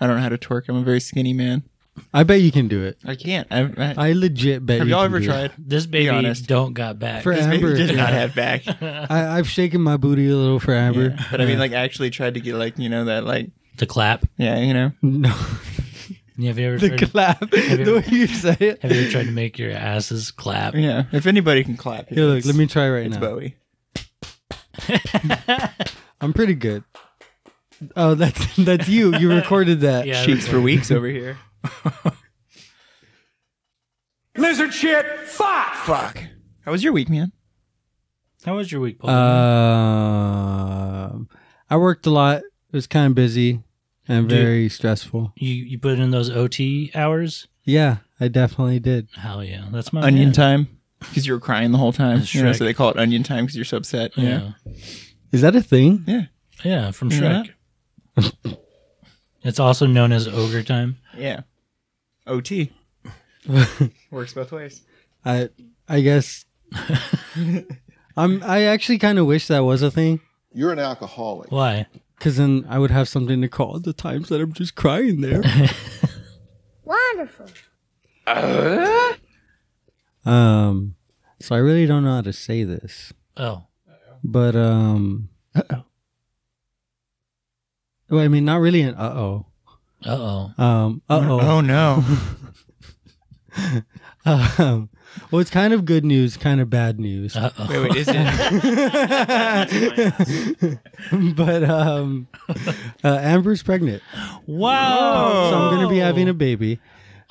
I don't know how to twerk. I'm a very skinny man. I bet you can do it. I can't. I, I, I legit bet. have you y'all can ever do it. tried? This baby honest. don't got back. For This baby Amber, did not yeah. have back. I, I've shaken my booty a little for Amber. Yeah. But I mean, like, actually tried to get, like, you know, that, like, the clap. yeah, you know. No, Have you ever the tried, clap. Have you- the way you say it. have you ever tried to make your asses clap? Yeah. If anybody can clap, Here, look. it's- Let me try right It's now. Bowie. I'm pretty good. Oh, that's that's you. You recorded that. Yeah, Cheeks that's for right. weeks over here. Lizard shit, fuck! Fuck. How was your week, man? How was your week, Paul? Uh, Um, I worked a lot. It was kind of busy and Dude. very stressful. you you put in those OT hours? Yeah, I definitely did. Hell Oh, yeah, that's my Onion man. time. Because you were crying the whole time. That's You know, Shrek. so they call it onion time because you're so upset. Yeah. Yeah, Is that a thing? Yeah. yeah, from You know Shrek. it's also known as ogre time. Yeah. OT. Works both ways. I I guess. I'm. I actually kind of wish that was a thing, You're an alcoholic. Why? because then I would have something to call the times that I'm just crying there. Wonderful. um, so I really don't know how to say this, Oh, but um, uh-oh. Well, I mean, not really an uh oh. uh oh. Um, uh-oh. Oh, no. Um, well, it's kind of good news, kind of bad news. Uh oh. wait, wait. Is it? but um, uh, Amber's pregnant, Wow. so I'm going to be having a baby.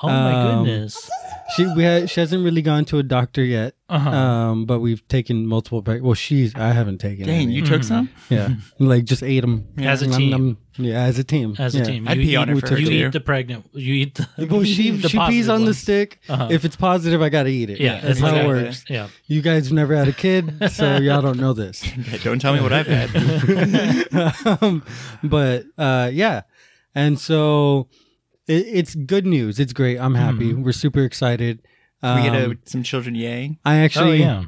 Oh my um, goodness. She we ha- she hasn't really gone to a doctor yet, Uh-huh. um, but we've taken multiple. Pre- well, she's I haven't taken. Dang, any. you took some? yeah, like just ate them As a team. yeah, as a team. As a yeah. team, I'd you pee eat- on it you for her, eat too. the pregnant. You eat the. Well, she the she pees positive on the ones. stick. Uh-huh. If it's positive, I gotta eat it. Yeah, that's how like it a- works. Yeah. You guys have never had a kid, so y'all don't know this. Okay, don't tell me what I've had. um, but uh, yeah, and so it, it's good news. It's great. I'm happy. Hmm. We're super excited. Um, we get a, some children yang. I Oh actually yeah.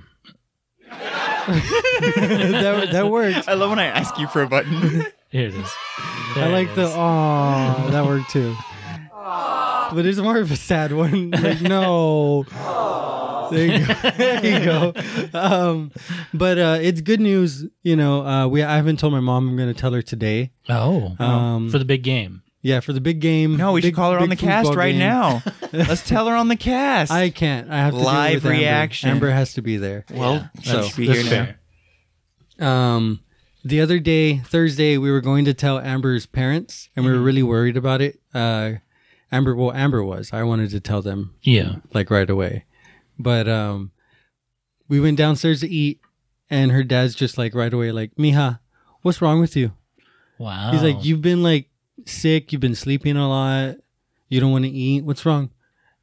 that that worked. I love when I ask you for a button. Here it is. There I it like the is. oh that worked too. But it's more of a sad one. Like no, there you go. there you go. Um, but uh, it's good news. You know, uh, we I haven't told my mom. I'm going to tell her today. Oh. Um, for the big game. yeah, for the big game. No, we big- should call her on the big cast football right game. now. Let's tell her on the cast. I can't. I have to Live do it with Amber. reaction. Amber has to be there. well, so- she should be That's here now. fair. Um, the other day, Thursday, we were going to tell Amber's parents, and we Mm-hmm. were really worried about it. Uh, Amber, well, Amber was. I wanted to tell them Yeah. like right away, but um, we went downstairs to eat, and her dad's just like right away, like Mija, what's wrong with you? Wow. He's like, you've been like sick. You've been sleeping a lot. You don't want to eat. What's wrong?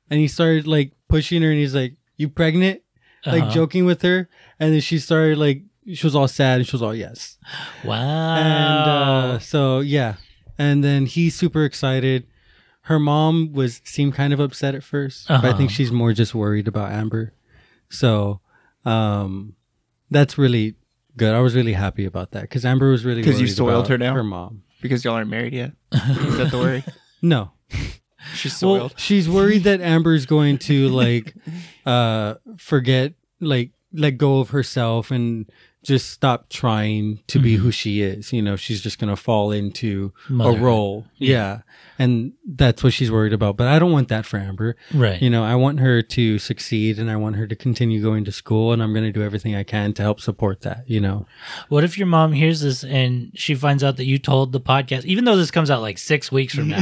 And he started like pushing her, and he's like, you pregnant? Like Uh-huh. joking with her, and then she started like. She was all sad and she was all yes. Uh-huh. Wow. And uh, so yeah, and then he's super excited. Her mom was seemed kind of upset at 1st but I Uh-huh. think she's more just worried about Amber. So um, that's really good. I was really happy about that because Amber was really 'Cause because you soiled her now? Her mom, Because y'all aren't married yet. Is that the worry? no, She's Well, soiled. she's worried that Amber's going to like uh, forget, like let go of herself and just stop trying to be who she is. You know, she's just gonna fall into a Motherhood. role. Yeah. And that's what she's worried about. But I don't want that for Amber. right. You know, I want her to succeed and I want her to continue going to school and I'm gonna do everything I can to help support that, you know. What if your mom hears this and she finds out that you told the podcast, even though this comes out like six weeks from now?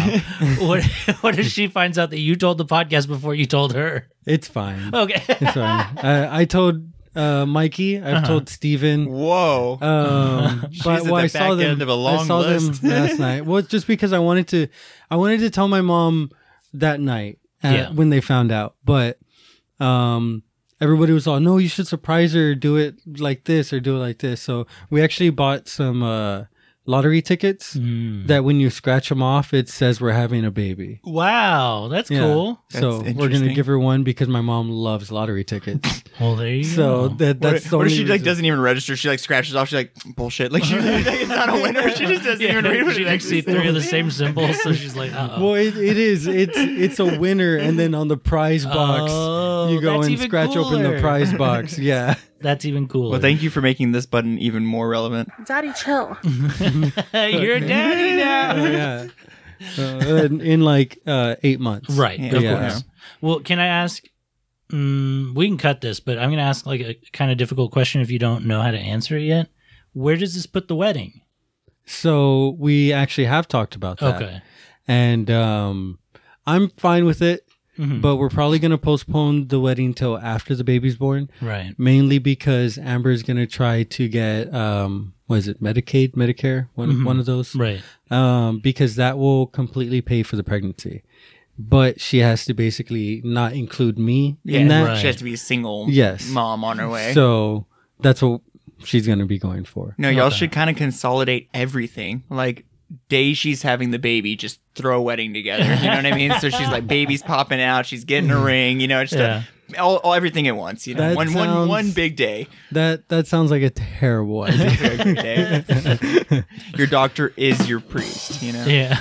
what What if she finds out that you told the podcast before you told her? It's fine. Okay. It's fine. I, I told uh, Mikey, I've told Steven. Whoa. Um, but at well, the I saw back them. end of a I long saw list. them last night. Well, it's just because I wanted to, I wanted to tell my mom that night uh, Yeah. when they found out. But um, everybody was all, "No, you should surprise her. Do it like this or do it like this." So we actually bought some uh, lottery tickets Mm-hmm. that when you scratch them off, it says we're having a baby. Wow, that's Yeah. cool. So That's we're gonna interesting. give her one because my mom loves lottery tickets. Well, there you so go. that that's what, the what if only she like reason. doesn't even register? She like scratches off. She's like bullshit. Like she's it's not a winner. She just doesn't even read what she it like see actually three of the says. same symbols, so she's like, uh Well, it, it is. It's it's a winner, and then on the prize box, Oh, you go that's and even scratch open the cooler. prize box. Yeah, That's even cooler. Well, thank you for making this button even more relevant. Daddy, chill. You're a daddy now. Oh, yeah. Uh, in, in like uh, eight months, Right. Yeah. Of Yeah. course. Well, can I ask? Mm, we can cut this, but I'm going to ask like a kind of difficult question if you don't know how to answer it yet. Where does this put the wedding? So we actually have talked about that. Okay. and um, I'm fine with it. Mhm. But we're probably gonna postpone the wedding till after the baby's born, Right. mainly because Amber's gonna try to get um, was it Medicaid, Medicare, one Mhm. one of those, Right. um, because that will completely pay for the pregnancy. But she has to basically not include me in that. right. she has to be a single Yes. mom on her way. So that's what she's going to be going for. no, y'all Okay. should kind of consolidate everything. Like day she's having the baby, just throw a wedding together. You know what I mean? So she's like baby's popping out. She's getting a ring. You know, just a- all, all everything at once. You know, That one one sounds- one big day. That that sounds like a terrible idea. Very good day. your doctor is your priest. You know, Yeah.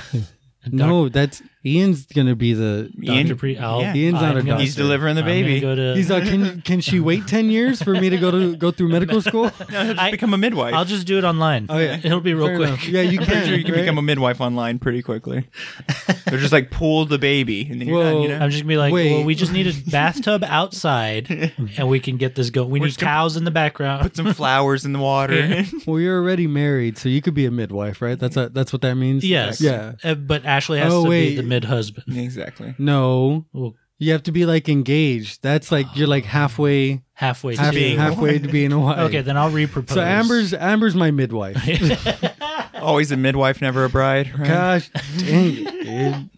no, that's Ian's going to be the. Ian- Dr. Pre- I'll, yeah. Ian's not a I'm gonna- he's delivering the I'm gonna baby. Go to, He's like, can can she wait ten years for me to go to go through medical school? no, he'll just I- become a midwife. I'll just do it online. Oh, yeah. It'll be real Fair quick. enough. Yeah, you Pretty can. sure you can right? become a midwife online pretty quickly. They're just like pull the baby and then you're done. You Whoa. know? I'm just gonna be like, Wait. well, we just need a bathtub outside, and we can get this going. We We're need just gonna cows in the background. Put some flowers in the water. well, you're already married, so you could be a midwife, right? That's a, that's what that means. Yes. Yeah. Uh, but Ashley has Oh, to wait. be the mid husband. exactly. No, Well, you have to be like engaged. That's like you're like halfway halfway. half, to being halfway one. to being a wife. Okay, then I'll repropose. So Amber's Amber's my midwife. Always a midwife, never a bride. Right? Gosh, dang it, dude.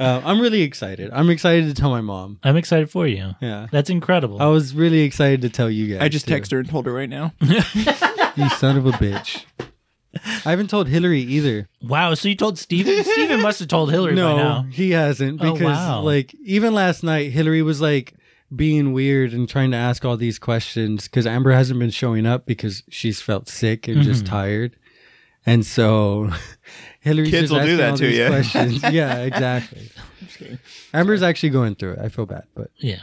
Uh, I'm really excited. I'm excited to tell my mom. I'm excited for you. Yeah. Oh. That's incredible. I was really excited to tell you guys. I just too. texted her and told her right now. You son of a bitch. I haven't told Hillary either. Wow. So you told Steven? Steven must have told Hillary by No, now. he hasn't. Oh, Because, wow. like, even last night, Hillary was like being weird and trying to ask all these questions because Amber hasn't been showing up because she's felt sick and just tired. And so Hillary's Kids just will do asking that all to these you. questions. yeah, exactly. Amber's actually going through it. I feel bad, but Yeah.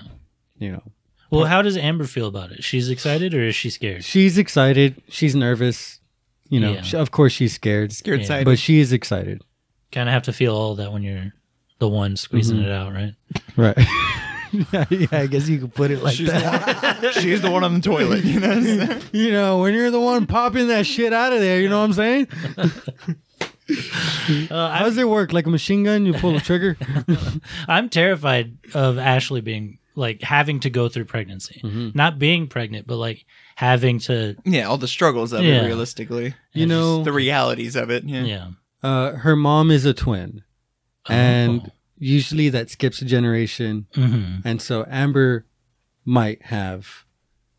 you know, Well, how does Amber feel about it? She's excited or is she scared? she's excited. She's nervous. You know, Yeah. she- of course she's scared, Scared Yeah. side. but she is excited. Kind of have to feel all that when you're the one squeezing Mm-hmm. it out, right? Right. yeah, I guess you could put it like She's that. the, one, she's the one on the toilet. You know? You know, when you're the one popping that shit out of there, you know what I'm saying? Uh, How does it work? Like a machine gun, you pull the trigger. I'm terrified of Ashley being like having to go through pregnancy, Mm-hmm. not being pregnant, but like having to. yeah, all the struggles of Yeah. it, realistically. you know, The realities of it. Yeah. Yeah. uh, her mom is a twin, Oh. and usually that skips a generation, hmm and so Amber might have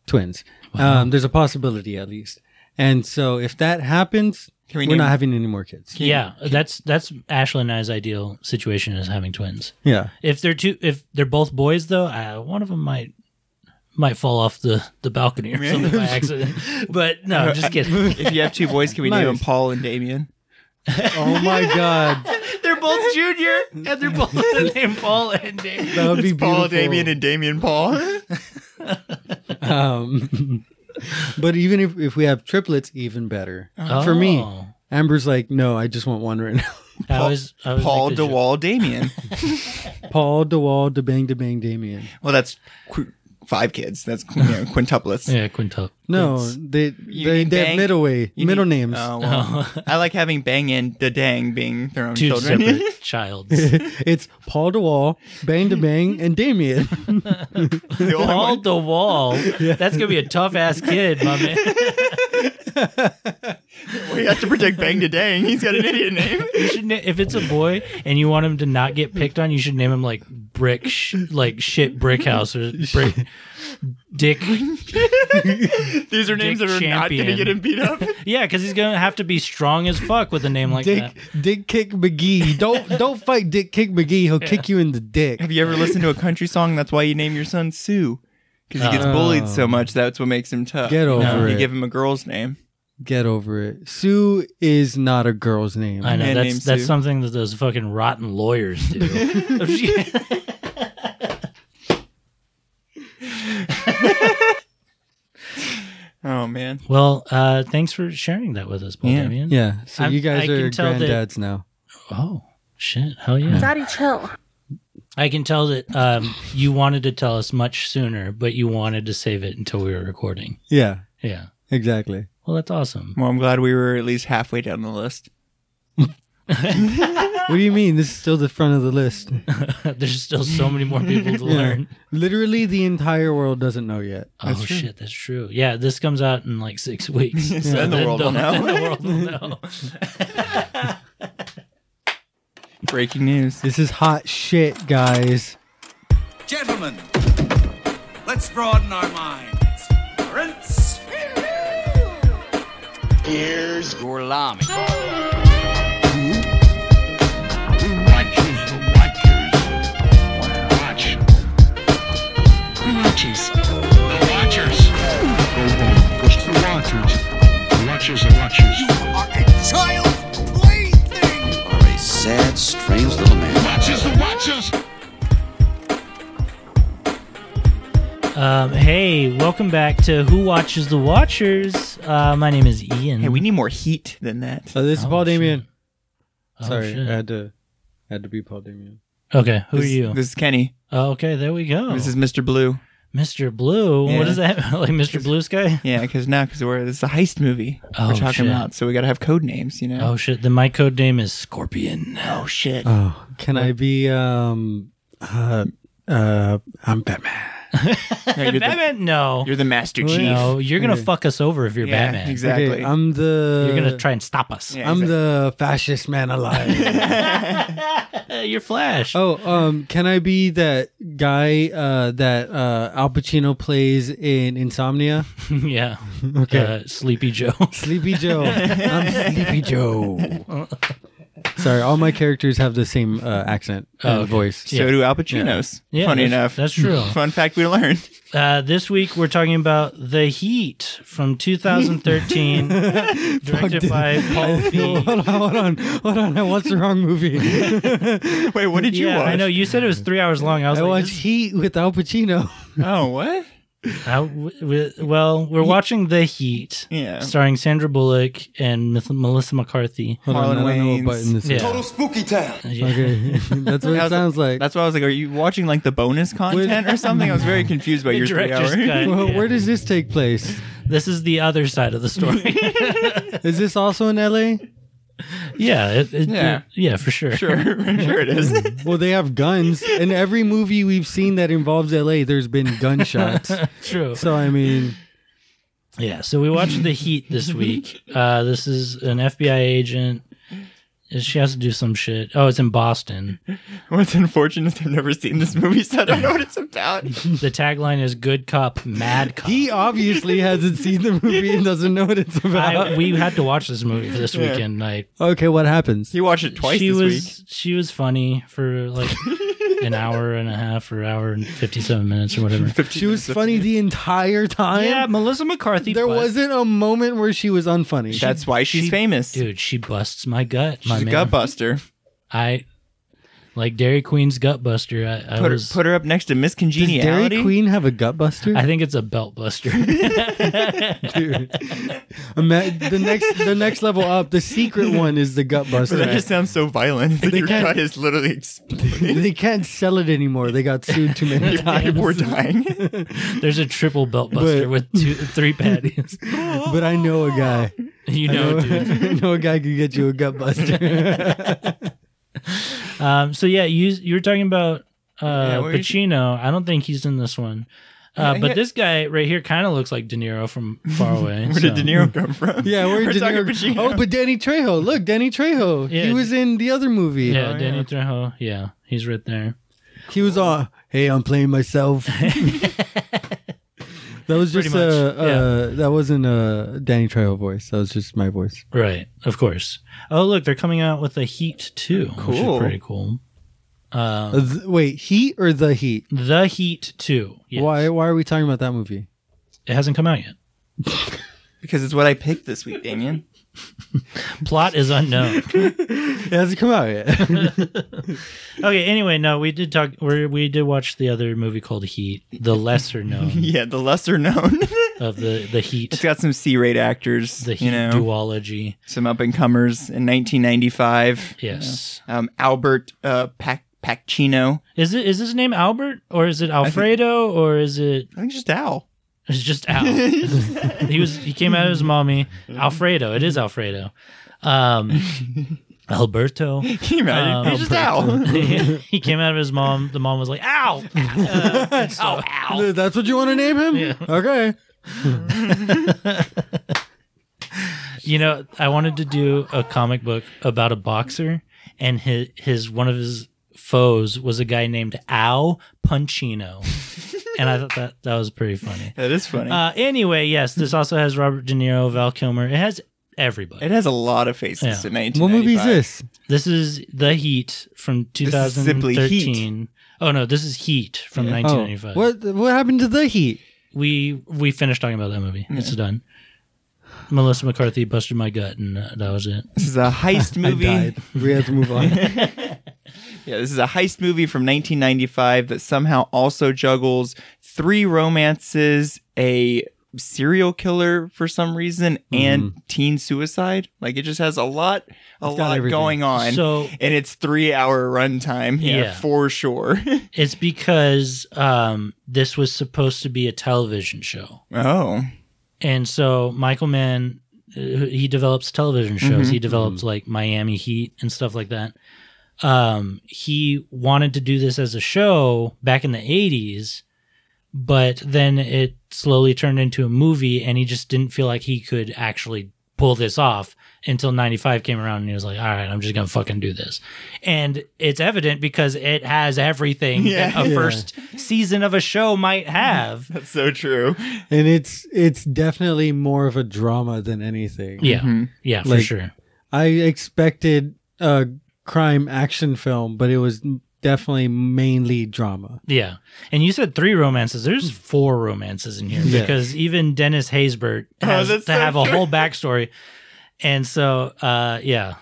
twins. Um, there's a possibility, at least. And so, if that happens, Can we we are name- not having any more kids. Yeah, that's that's Ashley and I's ideal situation is having twins. Yeah, If they're two, if they're both boys though, uh, one of them might might fall off the the balcony or something by accident. But no, just kidding. If you have two boys, can we name them Nice. Paul and Damien? Oh my god, they're both junior, and they're both named Paul and Dave. that would be It's Paul, beautiful. Damien, and Damien Paul. Um, but even if, if we have triplets, even better Oh. for me. Amber's like, no, I just want one right now. I always, I always Paul make the joke. DeWall Damien. Paul DeWall, DeBang, DeBang, Damien. Well, that's qu- five kids. That's you know, quintuplets. Yeah, quintup. No, It's- they they, need they have bang- middle way You middle need- names. Oh, well. I like having Bang and Da Dang being their own Two children. separate childs. it's Paul DeWall, Bang DeBang, and Damien. The only Paul one- DeWall. That's gonna be a tough ass kid, my man. we have to protect Bang Da Dang. He's got an idiot name. You should, na- if it's a boy and you want him to not get picked on, you should name him like brick, sh- like shit brick house or brick, Dick. These are names Dick that are not going to Champion. get him beat up. Yeah, because he's gonna have to be strong as fuck with a name like Dick that. Dick Kick McGee. Don't don't fight Dick Kick McGee. He'll kick you in the dick. Have you ever listened to a country song? That's why you name your son Sue. Because he gets Oh. bullied so much, that's what makes him tough. Get You know, over You it. give him a girl's name. Get over it. Sue is not a girl's name. I know Man that's named that's Sue. something that those fucking rotten lawyers do. Oh man, well, uh, thanks for sharing that with us, Paul Yeah. Damien. Yeah. So I'm- you I guys can are tell that- granddads now. Oh shit! Hell yeah! Daddy, chill. I can tell that um, you wanted to tell us much sooner, but you wanted to save it until we were recording. Yeah. Yeah. Exactly. Well, that's awesome. well, I'm glad we were at least halfway down the list. What do you mean? This is still the front of the list. There's still so many more people to Yeah. learn. Literally, the entire world doesn't know yet. Oh shit, that's true. Yeah, this comes out in like six weeks. So then the world will know. then the world will know. Breaking news. This is hot shit, guys. Gentlemen, let's broaden our minds. Lawrence. Here's Gorlami. Watchers, the watchers. Watch. The watchers. The watchers. It's the watchers. The watchers, the watchers. Are a child plaything. You are a sad, strange little man. Watchers, the watchers. Um, hey, welcome back to Who Watches the Watchers. Uh, my name is Ian. Hey, we need more heat than that. So Uh, this is Oh, Paul Damien. Oh, Sorry, shit. I had to, I had to be Paul Damien. Okay, who uh, this, are you? This is Kenny. oh, okay, there we go. This is Mr. Blue. Mr. Blue. Yeah. What is that? like Mr. Blue Sky? Yeah, because now because we're this is a heist movie Oh, we're talking shit. about, so we got to have code names, you know. Oh shit! Then my code name is Scorpion. Oh, shit. Oh, can I be? Um, uh, uh, I'm Batman. No, you're, the, Batman? No, you're the Master Chief. no, you're gonna Yeah. fuck us over if you're yeah, Batman. exactly. Okay, I'm the. You're gonna try and stop us. Yeah, I'm exactly. the fascist man alive. You're Flash. oh, um, can I be that guy uh, that uh, Al Pacino plays in Insomnia? yeah. Okay. Uh, Sleepy Joe. Sleepy Joe. I'm Sleepy Joe. Sorry, all my characters have the same uh, accent and Oh, okay. voice. So do Al Pacinos. Yeah, Funny that's- enough. that's true. Fun fact we learned. Uh, this week we're talking about The Heat from 2013, directed by Paul V. hold on, hold on, hold on. I watched the wrong movie. Wait, what did you Yeah, watch? I know. You said it was three hours long. I was I like, watched Heat with Al Pacino. Oh, what? this- how- w- w- well, we're watching The Heat, Yeah. starring Sandra Bullock and Meth- Melissa McCarthy. Hold Marlon on, I don't know Wayans. what button this Yeah. is. Total spooky town. Okay, that's what it How's- sounds like. That's why I was like, are you watching like the bonus content or something? I was very confused by The your three director's hour. cut. Well, Yeah. Where does this take place? This is the other side of the story. Is this also in LA? yeah, it, it- Yeah. it- yeah, for sure. sure, sure it is. Well, they have guns. In every movie we've seen that involves LA, there's been gunshots. True. So, I mean, Yeah, so we watched The Heat this week. Uh, this is an FBI agent. She has to do some shit. Oh, it's in Boston. What's unfortunate is I've never seen this movie, so I don't know what it's about. The tagline is "Good cop, mad cop." he obviously hasn't seen the movie and doesn't know what it's about. I, we had to watch this movie for this weekend night. okay, what happens? You watched it twice she this was week. she was funny for like an hour and a half or hour and fifty seven minutes or whatever. 15 She was minutes of- funny the entire time. yeah, Melissa McCarthy. there but- wasn't a moment where she was unfunny. That's why she's she- famous. dude. She busts my gut. My she's a man. gut buster. I like Dairy Queen's gut buster. I, I Put her, was. put her up next to Miss Does Congeniality. Dairy Queen have a gut buster? I think it's a belt buster. Dude. Ima- the next the next level up, the secret one is the gut buster. That just sounds so violent. It's like They your can't- gut is literally exploding. They can't sell it anymore. They got sued too many times. People are dying. There's a triple belt buster But- with two, three patties. But I know a guy. You I know, know, dude. I know a guy could get you a gut buster. Um, so yeah, you you were talking about uh, Yeah, what were you- Pacino. I don't think he's in this one, uh, Yeah, but yeah. this guy right here kind of looks like De Niro from far away. Where did De Niro come from? yeah, where We're De talking Niro- Pacino. Oh, but Danny Trejo. Look, Danny Trejo. Yeah. He was in the other movie. Yeah, Oh, Danny yeah. Trejo. Yeah, he's right there. He was all, "Hey, I'm playing myself." That was Pretty just much, uh, yeah. uh, that wasn't a Danny Trejo voice. That was just my voice. Right, of course. Oh, look, they're coming out with a Heat too. Which is Cool. pretty cool. Uh, Uh, th- wait, Heat or the Heat? the Heat too. Yes. Why? Why are we talking about that movie? It hasn't come out yet. because it's what I picked this week, Damien. Plot is unknown. It hasn't come out yet. okay. Anyway, no, we did talk. We we did watch the other movie called Heat, the lesser known yeah, the lesser known. of the the it's Heat, got some C-rate actors, the Heat you know, duology. some up and comers in 1995. you Yes. know. Um, Albert uh, Pac- Pacchino. Is it is his name Albert or is it Alfredo or is it I think it's just Al. it's just Al? he was he came out of his mommy Alfredo. It is Alfredo. Um, Alberto. Can you imagine? Um, it's just Al. he came out of his mom. The mom was like, "Ow, Uh, oh, ow." That's what you want to name him? Yeah. Okay. You know, I wanted to do a comic book about a boxer, and his his one of his foes was a guy named Al Punchino, and I thought that that was pretty funny. that is funny. Uh, anyway, yes, this also has Robert De Niro, Val Kilmer. It has it everybody. has a lot of faces yeah. in 1995. What movie is this? This is The Heat from is simply 2013. Heat. Oh no, this is Heat from Oh, 1995. what what happened to the Heat? we we finished talking about that movie. It's done. Melissa McCarthy busted my gut, and uh, that was it. This is a heist movie. I died. We have to move on. Yeah, this is a heist movie from 1995 that somehow also juggles three romances, a serial killer for some reason, and teen suicide. Like it just has a lot, a Mm-hmm. got lot everything. going on. So- and it's three hour runtime. Yeah, Yeah. for sure. It's because um, this was supposed to be a television show, oh, and so Michael Mann uh, he develops television shows. Mm-hmm. He developed like Miami Heat and stuff like that. Um, he wanted to do this as a show back in the '80s, but then it slowly turned into a movie, and he just didn't feel like he could actually pull this off until 95 came around and he was like all right i'm just gonna fucking do this and it's evident because it has everything Yeah. that a Yeah. first season of a show might have that's so true. and it's it's definitely more of a drama than anything. yeah Mm-hmm. yeah for Like- sure I expected a crime action film, but it was definitely mainly drama. yeah and you said three romances Hmm. there's four romances in here Yeah. because even dennis haysbert has to Oh, that's so have a true. whole backstory and so uh yeah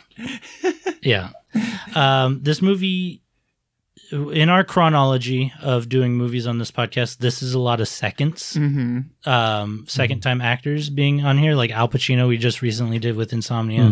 yeah um this movie in our chronology of doing movies on this podcast this is a lot of seconds hmm um Mm-hmm. second time actors being on here like al pacino we just recently did with insomnia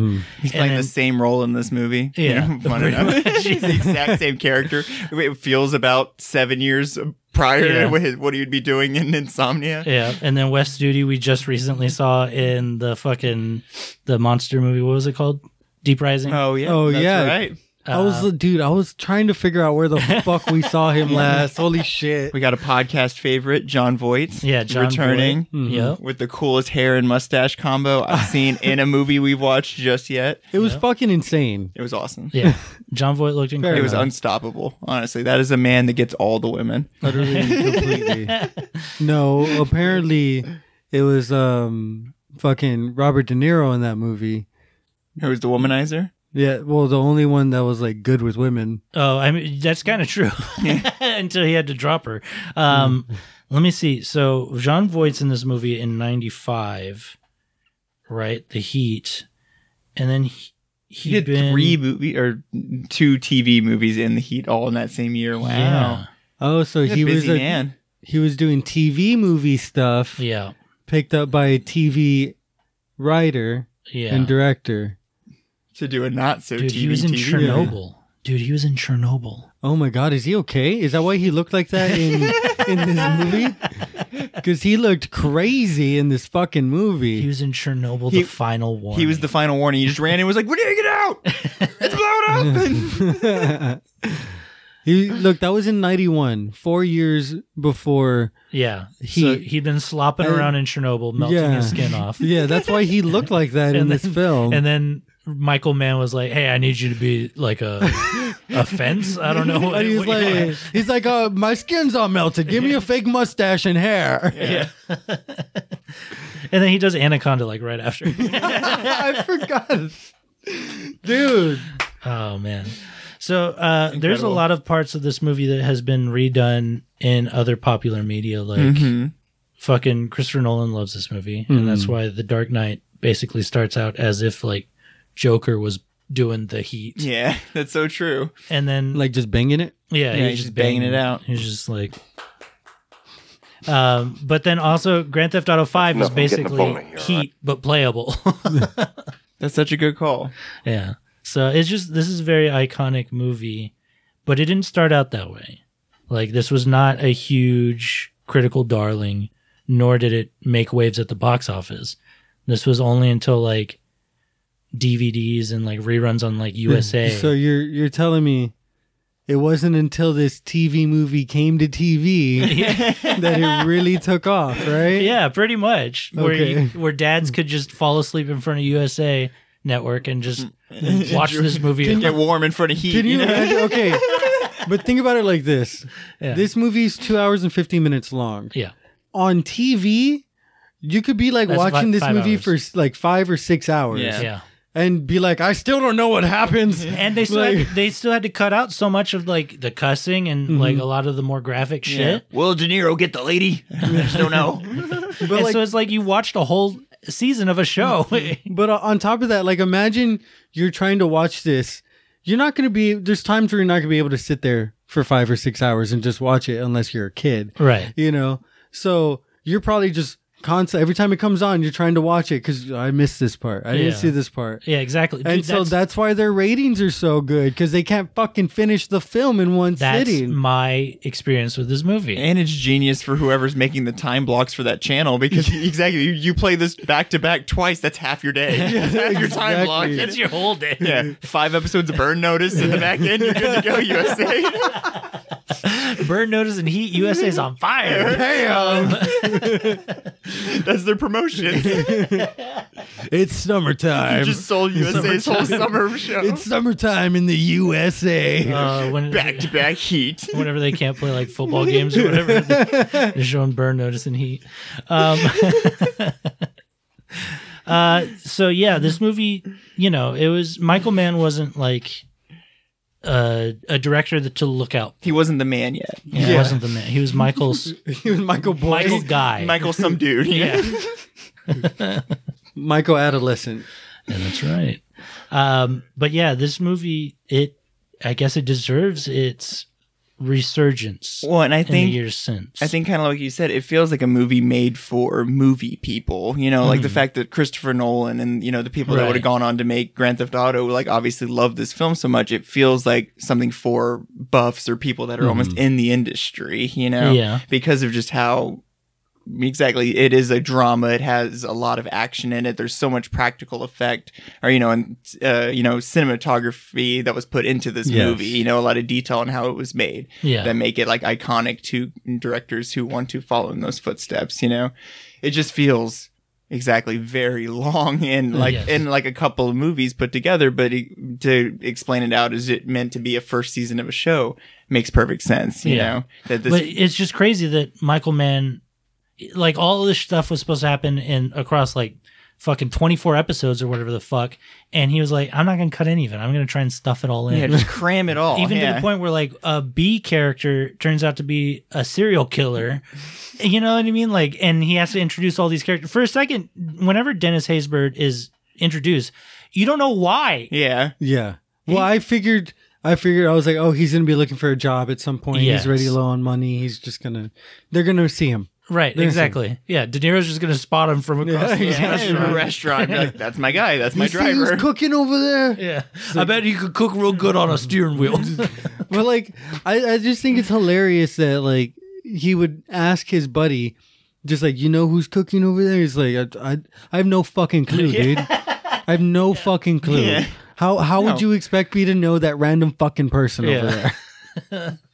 He's And playing then- the same role in this movie. Yeah, you know, fun enough. He's the exact same character. It feels about seven years prior Yeah. to what his- what he'd be doing in Insomnia. yeah and then west duty we just recently saw in the fucking the monster movie what was it called deep rising Oh yeah. Oh, that's yeah. Right. I was, dude, I was trying to figure out where the fuck we saw him last. Holy shit. We got a podcast favorite, John Voight. yeah John returning Voight. Mm. Yep. with the coolest hair and mustache combo I've seen in a movie we've watched just yet. It was fucking insane. It was awesome. yeah john voight looked It incredible was unstoppable. Honestly, that is a man that gets all the women. Literally and completely. No, apparently it was um fucking Robert De Niro in that movie. Who was the womanizer? Yeah, well, the only one that was like good with women. Oh, I mean that's kind of true. Until he had to drop her. Um, Let me see. So Jean Voight's in this movie in '95, right? The Heat, and then he, He did he'd been- three movie or two TV movies in the heat all in that same year. Wow. Yeah, Oh, so He's a he was busy a, man. he was doing TV movie stuff yeah, picked up by a TV writer yeah. and director. To do a not so Dude, TV. he was in TV. Chernobyl. Dude, he was in Chernobyl. Oh my god, is he okay? Is that why he looked like that in in this movie? Cuz he looked crazy in this fucking movie. He was in Chernobyl. He- the final warning. He was the final warning. He just ran and was like, "We need to get out. It's blown up." And- He look that was in '91, four years before. yeah. He So- he'd been slopping And- around in Chernobyl, melting Yeah. his skin off. Yeah, that's why he looked like that in And this then- film. And then Michael Mann was like, "Hey, I need you to be like a a fence. I don't know." What, And he's what you like, want." he's like, uh, my skin's all melted. Give me a fake mustache and hair. and then he does Anaconda like right after. I forgot, dude. Oh man. So uh, there's a Incredible. lot of parts of this movie that has been redone in other popular media, like Mm-hmm. fucking Christopher Nolan loves this movie, and that's why The Dark Knight basically starts out as if like Joker was doing the heat, Yeah, that's so true. and then Like just banging it. yeah, Yeah, he's just banging it out. He's just like. Um, but then also Grand Theft Auto 5 was basically heat but playable. That's such a good call. Yeah. So it's just this is a very iconic movie, but it didn't start out that way. Like this was not a huge critical darling, nor did it make waves at the box office. This was only until like DVDs and like reruns on like USA. Hmm. So you're you're telling me it wasn't until this TV movie came to TV yeah, that it really took off, right? yeah, pretty much. Where you, Okay. where dads could just fall asleep in front of USA network and just watch this movie. Get warm in front of heat. Can you you know? imagine? Okay. But think about it like this. Yeah. This movie's two hours and 15 minutes long. yeah. On TV, you could be like That's watching fi- this five movie hours. for s- like five or six hours Yeah. Yeah. and be like, I still don't know what happens. and they still Like- Mm-hmm. had, they still had to cut out so much of like the cussing and like a lot of the more graphic Yeah. shit. Will De Niro get the lady? I just don't know. But and like, so it's like you watched a whole season of a show. But o- on top of that, like imagine you're trying to watch this. You're not going to be, there's times where you're not going to be able to sit there for five or six hours and just watch it unless you're a kid, right. you know? So you're probably just constant, every time it comes on, you're trying to watch it because I missed this part. I Yeah. didn't see this part. Yeah, exactly. Dude, and so that's, that's why their ratings are so good because they can't fucking finish the film in one that's sitting. my experience with this movie. And it's genius for whoever's making the time blocks for that channel because exactly you, you play this back to back twice. That's half your day. That's half your time exactly. block. That's It's- your whole day. yeah, five episodes of Burn Notice in the back end. You're good to go, USA. Burn Notice and Heat USA's on fire. Damn. That's their promotion. It's summertime. Just sold USA's whole summer show. it's summertime in the USA. Uh, when, back to back heat. whenever they can't play like football games or whatever. They're showing burn notice and heat. Um, uh, so yeah, this movie, you know, it was Michael Mann wasn't like uh, a director that to look out. He wasn't the man yet. He wasn't the man. He was Michael's he was Michael Boy. Michael guy. Michael, some dude. Yeah, Michael Adolescent. Yeah, that's right. Um, but yeah, this movie, it, I guess, it deserves its resurgence Well, and I in the think years since. I think kind of like you said, it feels like a movie made for movie people. You know, like the fact that Christopher Nolan and you know the people that would Mm. Right. have gone on to make Grand Theft Auto, like obviously love this film so much. It feels like something for buffs or people that are almost in the industry. You know, Mm-hmm. Yeah. because of just how exactly it is a drama. It has a lot of action in it. There's so much practical effect, or you know, and uh, you know, cinematography that was put into this Yes. movie. You know, a lot of detail on how it was made yeah. that make it like iconic to directors who want to follow in those footsteps you know it just feels exactly very long and like Mm, Yes. in like a couple of movies put together but it, to explain it out as it meant to be a first season of a show makes perfect sense you Yeah. know that but this it's just crazy that Michael Mann, like all this stuff was supposed to happen in across like fucking 24 episodes or whatever the fuck. And he was like, I'm not going to cut any of it. I'm going to try and stuff it all in. yeah just cram it all Even to yeah. the point where like a B character turns out to be a serial killer. You know what I mean? Like, and he has to introduce all these characters. For a second, whenever Dennis Haysbert is introduced, you don't know why. yeah Yeah. Well, I figured. I figured I was like, oh, he's gonna be looking for a job at some point. Yes. He's already low on money. He's just gonna. They're gonna see him. Right, Listen. exactly. Yeah, De Niro's just going to spot him from across the Yeah, restaurant. restaurant be like, that's my guy that's my you see who's driver cooking over there. Yeah, I bet he could cook real good on a steering wheel. But like, I, I just think it's hilarious that like he would ask his buddy, just like, you know who's cooking over there? He's like, I, I, I have no fucking clue, dude. I have no fucking clue. Yeah. How how No. would you expect me to know that random fucking person over Yeah. there?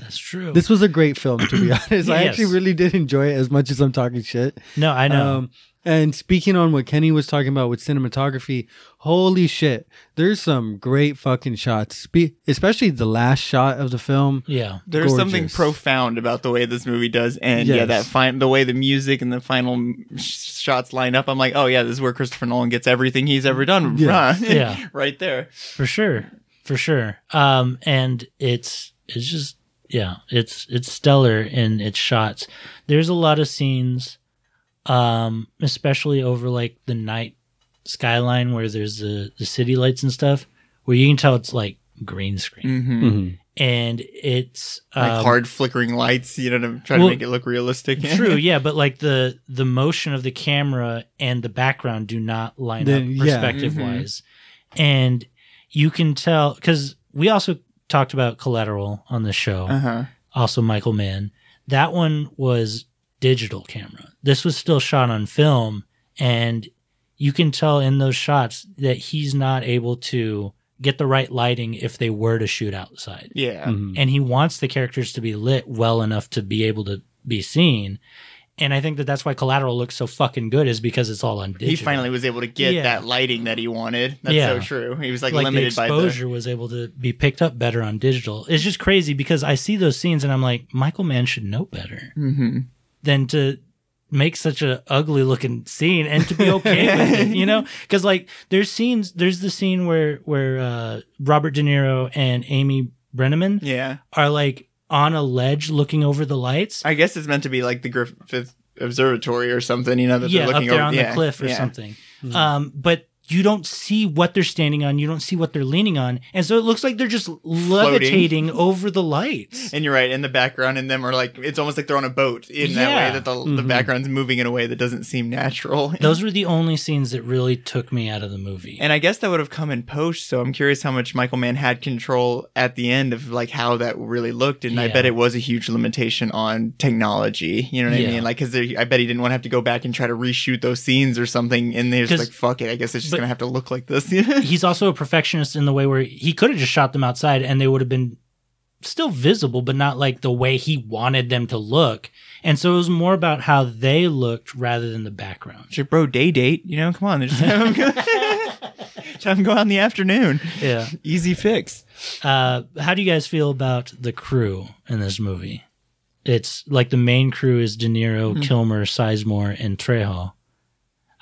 That's true. This was a great film, to be honest. I actually Yes. really did enjoy it as much as I'm talking shit. no, I know. Um, And speaking on what Kenny was talking about with cinematography, holy shit, there's some great fucking shots. Spe- especially the last shot of the film. Yeah. There's something Gorgeous. profound about the way this movie does, and yeah, Yes. that fine the way the music and the final sh- shots line up. I'm like, oh yeah, this is where Christopher Nolan gets everything he's ever done. Yes. Huh? Yeah. right there. for sure for sure um and it's it's just yeah it's it's stellar in its shots there's a lot of scenes um especially over like the night skyline where there's the the city lights and stuff where you can tell it's like green screen Mm-hmm. Hmm. and it's Like um, hard flickering lights, you know, to try well, to make it look realistic. true yeah but like the the motion of the camera and the background do not line Then- yeah. up Mm-hmm. perspective wise and you can tell because we also talked about collateral on the show Uh-huh. Uh huh. also michael mann that one was digital camera this was still shot on film and you can tell in those shots that he's not able to get the right lighting if they were to shoot outside Yeah. Mm-hmm. and he wants the characters to be lit well enough to be able to be seen. And I think that that's why Collateral looks so fucking good is because it's all on digital. He finally was able to get Yeah. that lighting that he wanted. That's Yeah. so true. He was like, like the limited by the exposure was able to be picked up better on digital. It's just crazy because I see those scenes and I'm like, Michael Mann should know better Mm-hmm. than to make such a ugly looking scene and to be okay with it, you know? Because like there's scenes, there's the scene where where uh, Robert De Niro and Amy Brenneman Yeah. are like on a ledge looking over the lights. I guess it's meant to be like the Griffith Observatory or something, you know, that yeah, they're up looking there over on yeah, the cliff or yeah. Hmm. something. Um, but you don't see what they're standing on. You don't see what they're leaning on, and so it looks like they're just levitating over the lights. And you're right. In the background, and them are like it's almost like they're on a boat in that Yeah. way that the, the background's moving in a way that doesn't seem natural. Mm-hmm. Those were the only scenes that really took me out of the movie. and I guess that would have come in post. So I'm curious how much Michael Mann had control at the end of like how that really looked. And I Yeah. bet it was a huge limitation on technology. You know what Yeah. I mean? Like, because I bet he didn't want to have to go back and try to reshoot those scenes or something. And they're just 'Cause- like, fuck it. I guess it's just but- gonna have to look like this. He's also a perfectionist in the way where he could have just shot them outside, and they would have been still visible, but not like the way he wanted them to look. And so it was more about how they looked rather than the background. It's your bro day date. You know, come on. Just have him go, have him go out in the afternoon. Yeah. Easy fix. Uh, how do you guys feel about the crew in this movie? It's like the main crew is De Niro, Kilmer, Sizemore, and Trejo.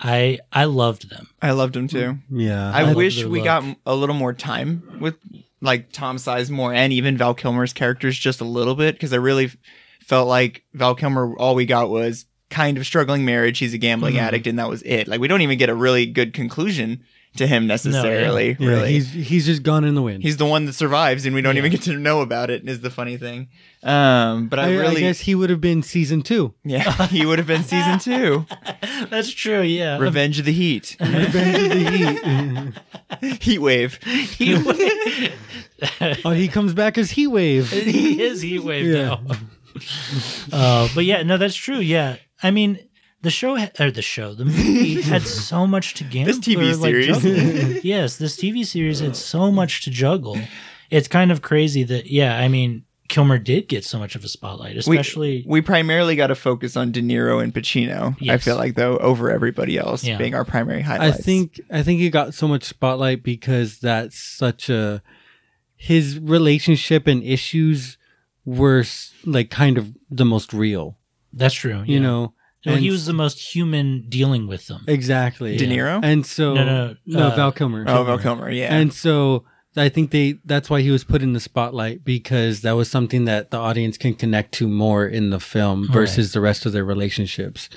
I I loved them. I loved him Mm-hmm. too. Yeah. I, love wish their we look. got m- a little more time with like Tom Sizemore and even Val Kilmer's characters just a little bit because I really f- felt like Val Kilmer all we got was kind of struggling marriage. He's a gambling addict, and that was it. Like we don't even get a really good conclusion to him necessarily. Yeah, really, he's he's just gone in the wind. he's the one that survives, and we don't even get to know about it. Is the funny thing. Um, but I, I, I really, guess he would have been season two. yeah, he would have been season two, That's true. Yeah. Revenge of the Heat, Revenge of the Heat. Heat Wave. he, oh, he comes back as Heat Wave. he is heat wave Yeah. now. uh, but yeah, no, that's true. Yeah, I mean the show ha- or the show the movie had so much to gamble. This TV or, like, series. juggle. yes, this TV series had so much to juggle. It's kind of crazy that yeah, I mean Kilmer did get so much of a spotlight, especially we primarily got to focus on De Niro and Pacino. I Yes. feel like though over everybody else Yeah. being our primary I highlights. think I think he got so much spotlight because that's such a his relationship and issues were s- like kind of the most real, that's true. you yeah. know. Well, he And- was the most human dealing with them. exactly De Niro. And so No, no, no uh, Val Kilmer. oh, Val Kilmer. Yeah. And so I think they that's why he was put in the spotlight because that was something that the audience can connect to more in the film versus the rest of their relationships.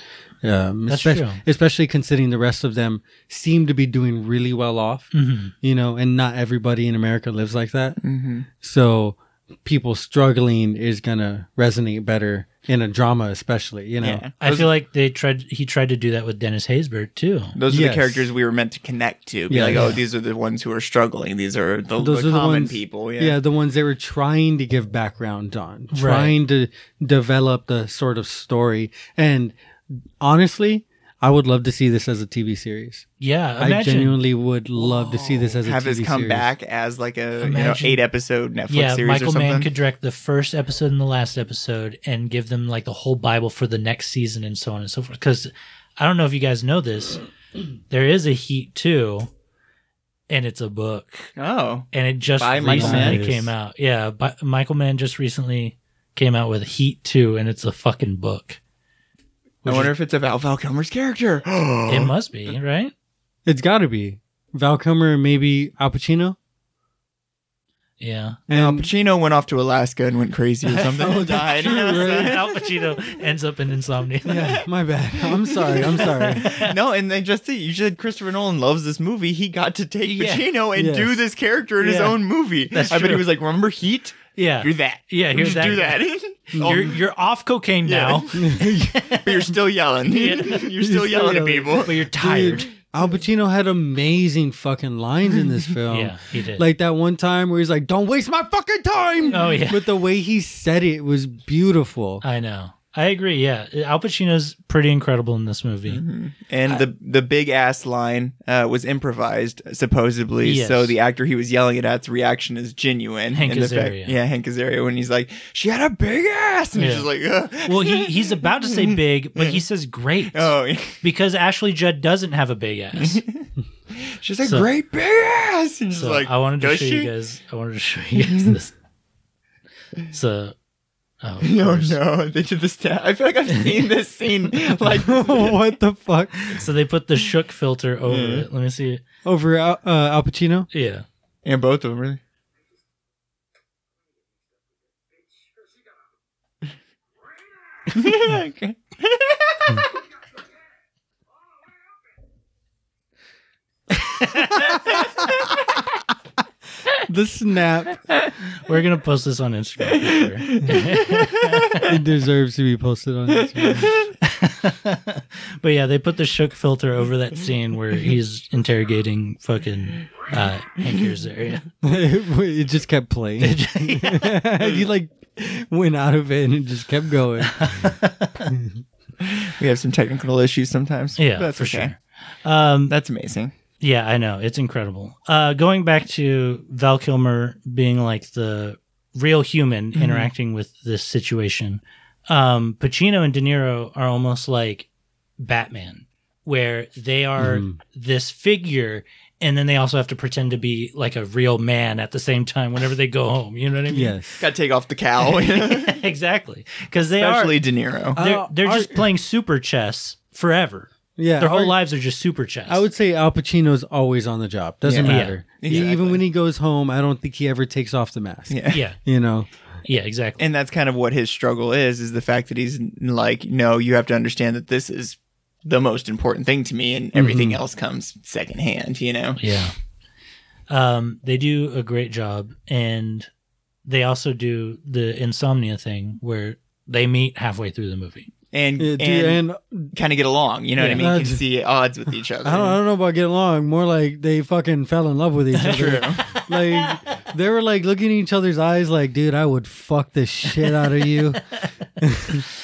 Um, That's especially, true. especially considering the rest of them seem to be doing really well off, Mm-hmm. you know, and not everybody in America lives like that. Mm-hmm. So people struggling is going to resonate better in a drama, especially, you know. yeah. I Those- feel like they tried. He tried to do that with Dennis Haysbert too. those are Yes. the characters we were meant to connect to. Be Yeah, like, yeah. oh, these are the ones who are struggling. These are the, those the common are the ones, people. Yeah. the ones they were trying to give background on, trying to develop the sort of story. And honestly, I would love to see this as a TV series. Yeah, imagine. I genuinely would love to see this as a Have TV his come series. back as like a you know, Imagine- eight episode Netflix yeah, series or Michael something. Mann could direct the first episode and the last episode, and give them like the whole Bible for the next season and so on and so forth. Because I don't know if you guys know this. There is a Heat 2, and it's a book. Oh, And it just By Michael recently Mann? came out. Yeah, but Michael Mann just recently came out with Heat 2, and it's a fucking book. I wonder if it's about Val Kilmer's character. It Uh-huh. must be, right? It's got to be Val Kilmer and maybe Al Pacino. Yeah. Al And Pacino went off to Alaska and went crazy or something. Oh, and died. that's true, right? Al Pacino ends up in insomnia. yeah, my bad. I'm sorry. I'm sorry. no, and then just see, you said Christopher Nolan loves this movie. He got to take Yeah. Pacino and Yes. do this character in his Yeah. own movie. That's I bet he true. was like, remember Heat? Yeah. Do that. Yeah, just here's that do guy. that. Oh, You're, you're off cocaine Yeah. now, but you're still yelling. you're still still yelling at yelling. people. but you're tired. Dude, Al Pacino had amazing fucking lines in this film. Yeah, he did. Like that one time where he's like, "Don't waste my fucking time." Oh, yeah. But the way he said it was beautiful. I know. I agree. Yeah. Al Pacino's pretty incredible in this movie. Mm-hmm. And the the big ass line uh, was improvised supposedly, Yes. so the actor he was yelling it at's reaction is genuine. Hank And the Azaria. yeah, Hank Azaria when he's like, "She had a big ass," and Yeah. he's just like, Ugh. Well, he, he's about to say big, but he says great. "Oh, Because Ashley Judd doesn't have a big ass. she's a So- great big ass," and he's So like, I wanted to "Does show she?" you guys I wanted to show you guys this. So oh, of No, course. no, they did this. Ta- I feel like I've seen this scene. Like, what the fuck? So they put the shook filter over it. Let me see. Over Al, uh, Al Pacino? Yeah. and both of them really. okay. The snap. We're gonna post this on Instagram for sure. it deserves to be posted on Instagram. But yeah, they put the shook filter over that scene where he's interrogating fucking uh, Hank Azaria. it just kept playing. he like went out of it and it just kept going. We have some technical issues sometimes. Yeah, that's for okay. sure. Um, That's amazing. yeah, I know it's incredible. Uh, going back to Val Kilmer being like the real human Mm-hmm. interacting with this situation, um, Pacino and De Niro are almost like Batman, where they are Mm-hmm. this figure. And then they also have to pretend to be like a real man at the same time whenever they go home. You know what I mean? Yes. Got to take off the cow. exactly. Because they Especially are De Niro. they're, Uh, they're are- just playing super chess forever. Yeah. Their whole or- lives are just super chess. I would say Al Pacino's always on the job. Doesn't Yeah. matter. Yeah, E- exactly. Even when he goes home, I don't think he ever takes off the mask. Yeah. yeah, You know. yeah, exactly. And that's kind of what his struggle is, is the fact that he's n- like, no, you have to understand that this is the most important thing to me and everything Mm-hmm. else comes secondhand, you know? yeah, um, they do a great job, and they also do the insomnia thing where they meet halfway through the movie. And, Yeah, dude, and, and kind of get along, you know Yeah. Uh-huh. what I mean? Can That's- see at odds with each other. I don't, I don't know about getting along. More like they fucking fell in love with each other. Like they were like looking in each other's eyes, like, dude, I would fuck the shit out of you.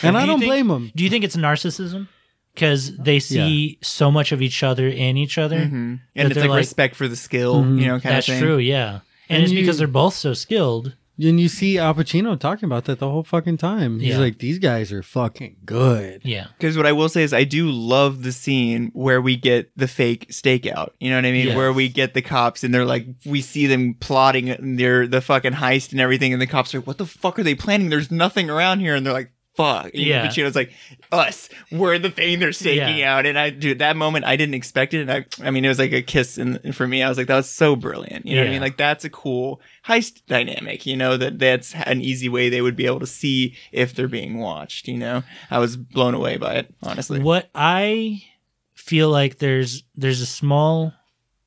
and I you don't think- blame them. Do you think it's narcissism? Because they see so much of each other in each other. Mhm. That And it's they're like, like- mm-hmm. respect for the skill, you know, kind That's of thing. true. Yeah, and, And it's you- because they're both so skilled. And you see Al Pacino talking about that the whole fucking time. He's Yeah. like, these guys are fucking good. Yeah, Because what I will say is, I do love the scene where we get the fake stakeout. You know what I mean? Yes. Where we get the cops and they're like, we see them plotting their the fucking heist and everything, and the cops are like, "What the fuck are they planning? There's nothing around here," and they're like. Fuck. And Yeah. Pacino's like, us. We're the thing they're staking Yeah. out. And I, dude, that moment, I didn't expect it. And I, I mean, it was like a kiss. And for me, I was like, that was so brilliant. You know what I Yeah. mean? Like, that's a cool heist dynamic, you know, that that's an easy way they would be able to see if they're being watched, you know? I was blown away by it, honestly. what I feel like there's there's a small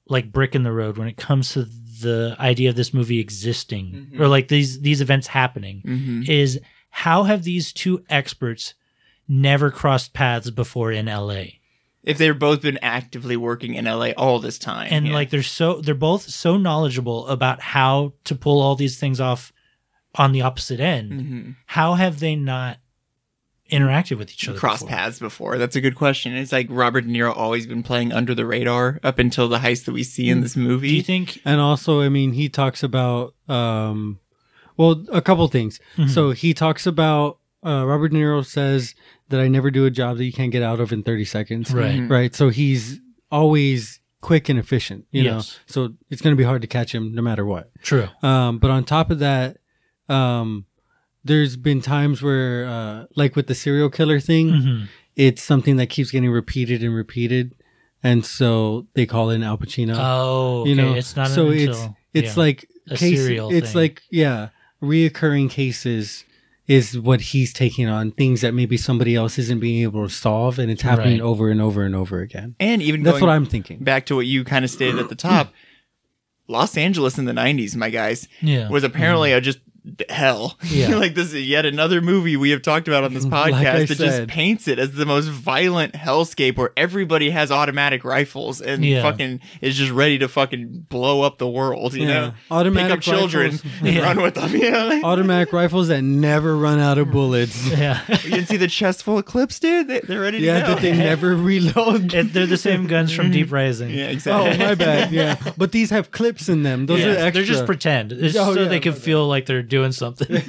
like brick in the road when it comes to the idea of this movie existing or like these these events happening Mm-hmm. is how have these two experts never crossed paths before in LA? If they've both been actively working in LA all this time. And yeah. like they're so they're both so knowledgeable about how to pull all these things off on the opposite end. Mm-hmm. How have they not interacted with each other? cross before? paths before. That's a good question. It's like Robert De Niro always been playing under the radar up until the heist that we see in this movie. Mm. Do you think And also, I mean, he talks about, Mm-hmm. um, well, a couple things. So he talks about uh, Robert De Niro says that I never do a job that you can't get out of in 30 seconds. Right. Mhm. Right. So he's always quick and efficient, you Yes. know. So it's going to be hard to catch him no matter what. True. Um, but on top of that, um, there's been times where, uh, like with the serial killer thing, Mm-hmm. it's something that keeps getting repeated and repeated, and so they call in Al Pacino. Oh, okay. you know, it's not so until, it's it's yeah. like A case- serial It's thing. like yeah, reoccurring cases is what he's taking on things that maybe somebody else isn't being able to solve, and it's happening Right. over and over and over again. And even That's going what I'm thinking. back to what you kind of stated at the top, Los Angeles in the 90s, my guys, yeah. was apparently Mm-hmm. a just hell. Yeah. like this is yet another movie we have talked about on this podcast Like I that just said. paints it as the most violent hellscape where everybody has automatic rifles and Yeah. fucking is just ready to fucking blow up the world, you Yeah. know? Automatic Pick up children rifles. and run with them. You know? like, Automatic rifles that never run out of bullets. yeah. you didn't see the chest full of clips, dude? They, they're ready to Yeah, go. that they never reload. It- they're the same guns from Deep Rising. yeah, Oh, exactly. my bad. Yeah, but these have clips in them. Those Yeah, are extra. They're just pretend. It's Oh, so yeah, they can my bad. feel like they're doing something.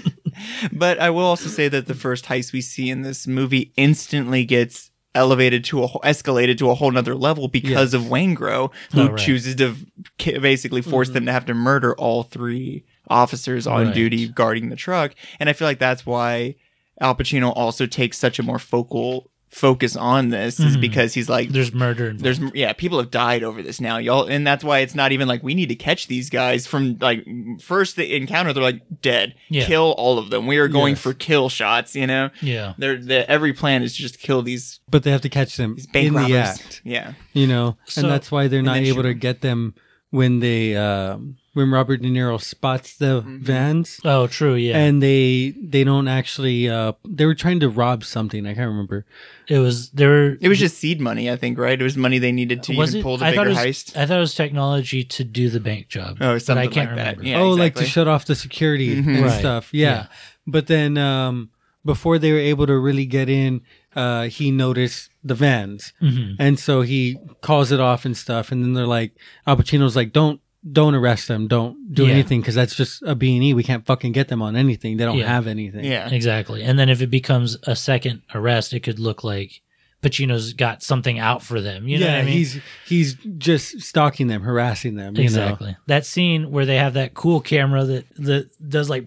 But I will also say that the first heist we see in this movie instantly gets elevated to a wh- escalated to a whole nother level because of Wangro, who Oh, right. Mm-hmm. chooses to ki- basically force them to have to murder all three officers on Right. duty guarding the truck. And I feel like that's why Al Pacino also takes such a more focal focus on this is because he's like Mm-hmm. There's murder. Involved. there's yeah people have died over this now y'all and that's why it's not even like we need to catch these guys from like first the encounter they're like dead Yeah. kill all of them we are going Yes. for kill shots you know yeah. they're, they every plan is to just kill these but they have to catch them these bank in robbers the act. yeah You know, So- and that's why they're not then able shoot to get them when they um, when Robert De Niro spots the Mm-hmm. vans. Oh, true. Yeah. And they they don't actually uh they were trying to rob something I can't remember it was they were. it was just seed money i think right it was money they needed to was even it- pull the I bigger thought it was, heist I thought it was technology to do the bank job. Oh, but I something can't like that. remember. Yeah, oh like to exactly. shut off the security and Mm-hmm. Right. stuff yeah. Yeah. but then um before they were able to really get in uh he noticed the vans Mhm. and so he calls it off and stuff and then they're like al pacino's like don't don't arrest them don't do Yeah. anything because that's just a b&e we can't fucking get them on anything they don't Yeah. have anything yeah Exactly. And then if it becomes a second arrest, it could look like Pacino's got something out for them. You know yeah what I mean? he's he's just stalking them harassing them you exactly. That scene where they have that cool camera that that does like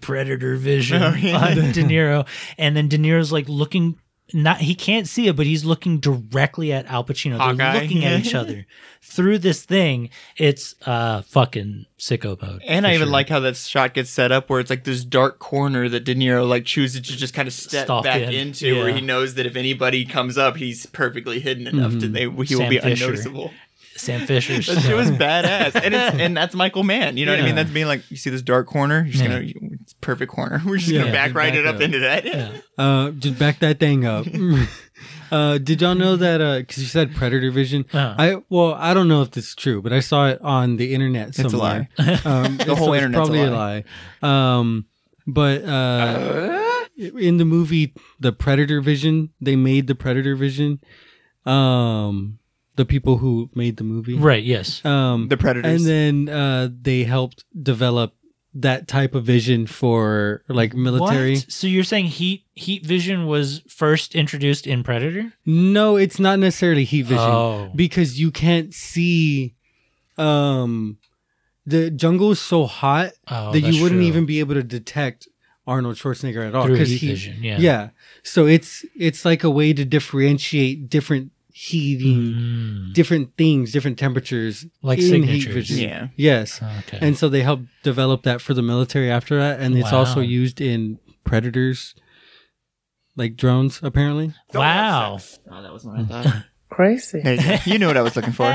predator vision Oh, on De Niro, and then De Niro's like looking. Not he can't see it, but he's looking directly at Al Pacino. Hawkeye. They're looking at each other through this thing. It's uh fucking sicko mode. and for I even sure. like how that shot gets set up, where it's like this dark corner that De Niro like chooses to just kind of step Stalk back in. into, where Yeah. he knows that if anybody comes up, he's perfectly hidden enough that they he will Sam be Fisher. unnoticeable. Sam Fisher. That shit was badass, and it's and that's Michael Mann. You know what I mean? Yeah. That's being like, you see this dark corner, you're just gonna, it's perfect corner. We're just gonna Yeah. back right Back it up, up. into that. Uh, just back that thing up. uh, did y'all know that? uh 'cause because you said predator vision. Uh-huh. I well, I don't know if this is true, but I saw it on the internet. a Somewhere. It's a lie. Um, the whole internet's a probably a lie. Um, but uh, in the movie, the predator vision, they made the predator vision. Um, the people who made the movie, right. Yes. Um, The Predators. and then uh, they helped develop that type of vision for like military. What? So you're saying heat heat vision was first introduced in Predator? No, it's not necessarily heat vision Oh. because you can't see. Um, the jungle is so hot Oh, that you that's wouldn't true. even be able to detect Arnold Schwarzenegger at all Through because heat he, vision, yeah. So it's it's like a way to differentiate different Mm-hmm. heating, different things, different temperatures, Hmm. Like in signatures. Yeah. Yes. Okay. And so they helped develop that for the military after that, and it's also Wow. used in predators, like drones, apparently. wow. Oh, that was what I thought. Crazy. You knew what I was looking for.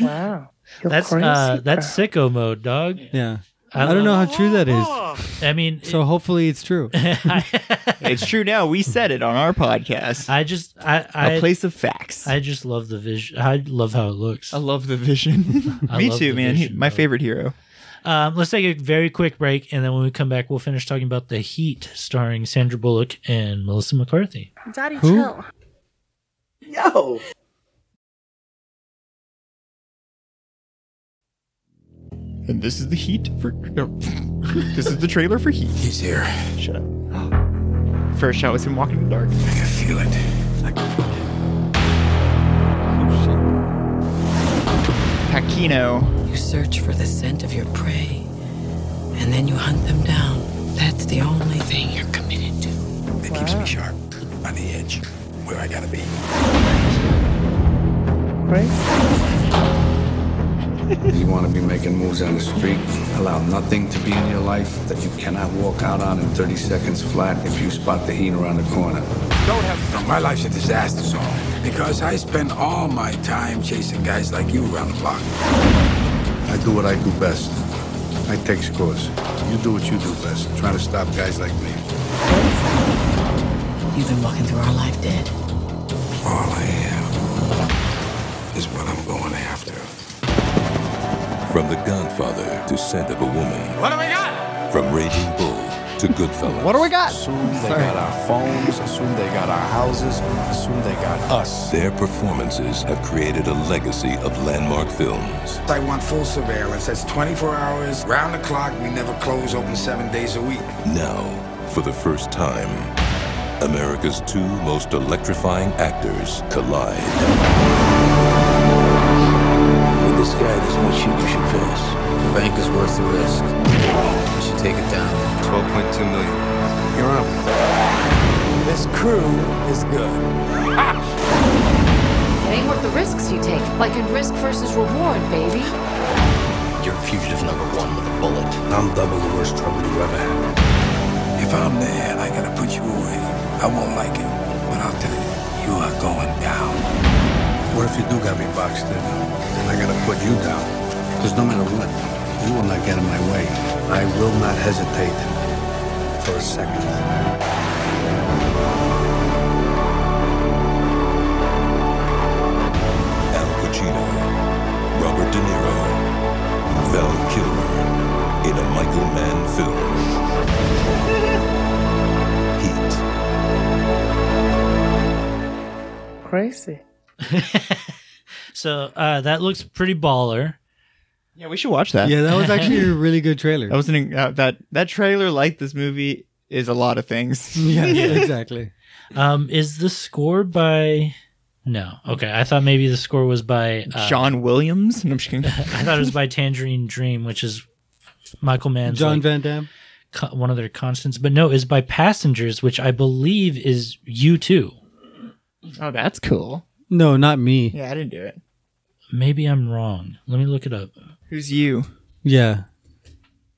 That's uh, that's sicko mode, dog. Yeah. I I don't, don't- know how true that is. I mean, So hopefully it's true. It's true now. We said it on our podcast. I just I A I, place of facts. I just love the vision. I love how it looks. I love the vision. I Me love too, the man. He- vision, my though. favorite hero. Um, let's take a very quick break, and then when we come back, we'll finish talking about the Heat, starring Sandra Bullock and Melissa McCarthy. Daddy, Who? chill. And this is the heat for. no. this is the trailer for Heat. He's here. Shut up. first shot was him walking in the dark. I can feel it. I can feel it. Oh, Pacino. You search for the scent of your prey, and then you hunt them down. That's the only thing you're committed to. It keeps me sharp on the edge where I gotta be. You want to be making moves on the street? Allow nothing to be in your life that you cannot walk out on in 30 seconds flat if you spot the heat around the corner. Don't have no, my life's a disaster zone because I spend all my time chasing guys like you around the block. I do what I do best. I take scores. You do what you do best. Trying to stop guys like me. You've been walking through our life dead. All I am is what I'm going after. From The Godfather to Scent of a Woman. What do we got? From Raging Bull to Goodfellas. What do we got? Soon they got our phones. Soon they got our houses. Soon they got us. Their performances have created a legacy of landmark films. I want full surveillance. That's 24 hours, round the clock. We never close open seven days a week. Now, for the first time, America's two most electrifying actors collide With this guy, there's no shit you should pass. The bank is worth the risk. You should take it down. 12.2 million. You're up. This crew is good. Name what the risks you take, like in risk versus reward, baby. You're fugitive number one with a bullet. I'm double the worst trouble you ever had. If I'm there, I gotta put you away. I won't like it, but I'll tell you, you are going down. What if you do got me boxed in? And I gotta put you down. Because no matter what, you will not get in my way. I will not hesitate for a second. Al Pacino, Robert De Niro, Val Kilmer in a Michael Mann film. Heat. Crazy. So uh, that looks pretty baller. Yeah, we should watch that. Yeah, that was actually a really good trailer. That was an uh, that that trailer like this movie is a lot of things. yeah, exactly. Um, is the score by? No. Okay, I thought maybe the score was by. Uh, John Williams. No, I'm just kidding. I thought it was by Tangerine Dream, which is Michael Mann's John like, Van Damme. co- one of their constants. But no, is by Passengers, which I believe is you two. oh, that's cool. No, not me. Yeah, I didn't do it. Maybe I'm wrong. Let me look it up. Who's you? Yeah.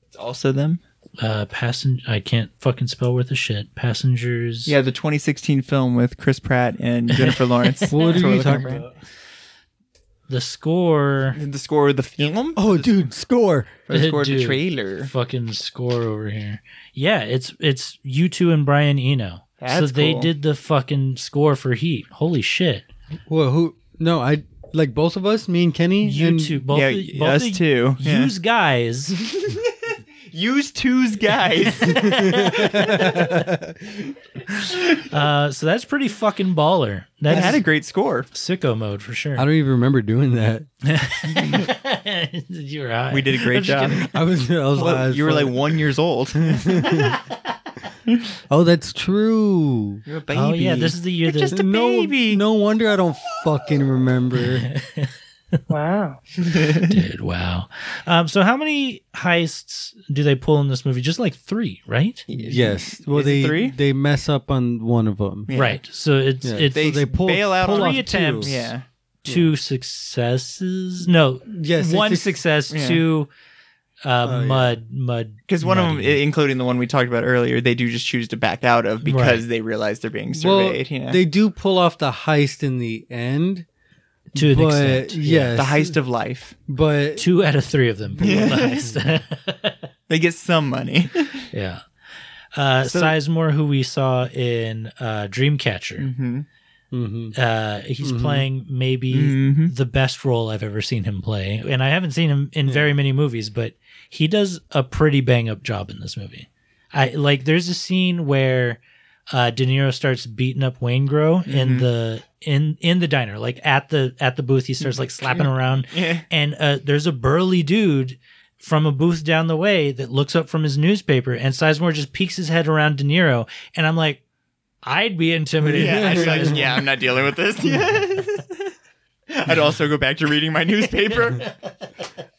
It's also them. Uh, passenger. I can't fucking spell worth a shit. Passengers. Yeah, the 2016 film with Chris Pratt and Jennifer Lawrence. What That's are we're you looking talking for. about? The score. The score of the film. Oh, dude, score. Or the score of the Dude, trailer. Fucking score over here. Yeah, it's it's you two and Brian Eno. so That's they cool. did the fucking score for Heat. Holy shit. Whoa, who? No, I like both of us, me and Kenny. You and, two, both, yeah, the- y- both us the- two, yeah. Yous guys. Use two's guys. Uh, so that's pretty fucking baller. that That's had a great score. sicko mode for sure. I don't even remember doing that. You're right. We did a great job. I was, I was, I Well, was you were like fucking- one years old. You're oh, that's true. a baby. Oh yeah, this is the year that just a no, baby. No wonder I don't fucking remember. Wow. did. Wow. Um, so how many heists do they pull in this movie? Just like three, right? yes. Well, Is it they three? they mess up on one of them. Yeah. Right. So it's Yeah. it's They they pull- bail out pull on off two. attempts. Yeah. two successes. No, Yes, it's- one it's- success. yeah. Two uh, Oh, yeah. mud mud Because one of them, muddy. including the one we talked about earlier, they do just choose to back out of because they realize they're being surveyed. you know? they do pull off the heist in the end. to an but extent. yes, the heist of life. But Two out of three of them. realized. They get some money. yeah. Uh, Sizemore, who we saw in uh, Mm. Dreamcatcher, Mm-hmm. Mhm. uh, he's playing maybe Mm. Mm-hmm. the best role I've ever seen him play, and I haven't seen him in very many movies, but he does a pretty bang up job in this movie. I like. There's a scene where uh, De Niro starts beating up Wayne Grow Mm-hmm. in the in in the diner, like at the at the booth. He starts like slapping around, Yeah. and uh, there's a burly dude from a booth down the way that looks up from his newspaper, and Sizemore just peeks his head around De Niro, and I'm like, I'd be intimidated. Yeah, I'd be like, yeah, I'm not dealing with this. I'd also go back to reading my newspaper. That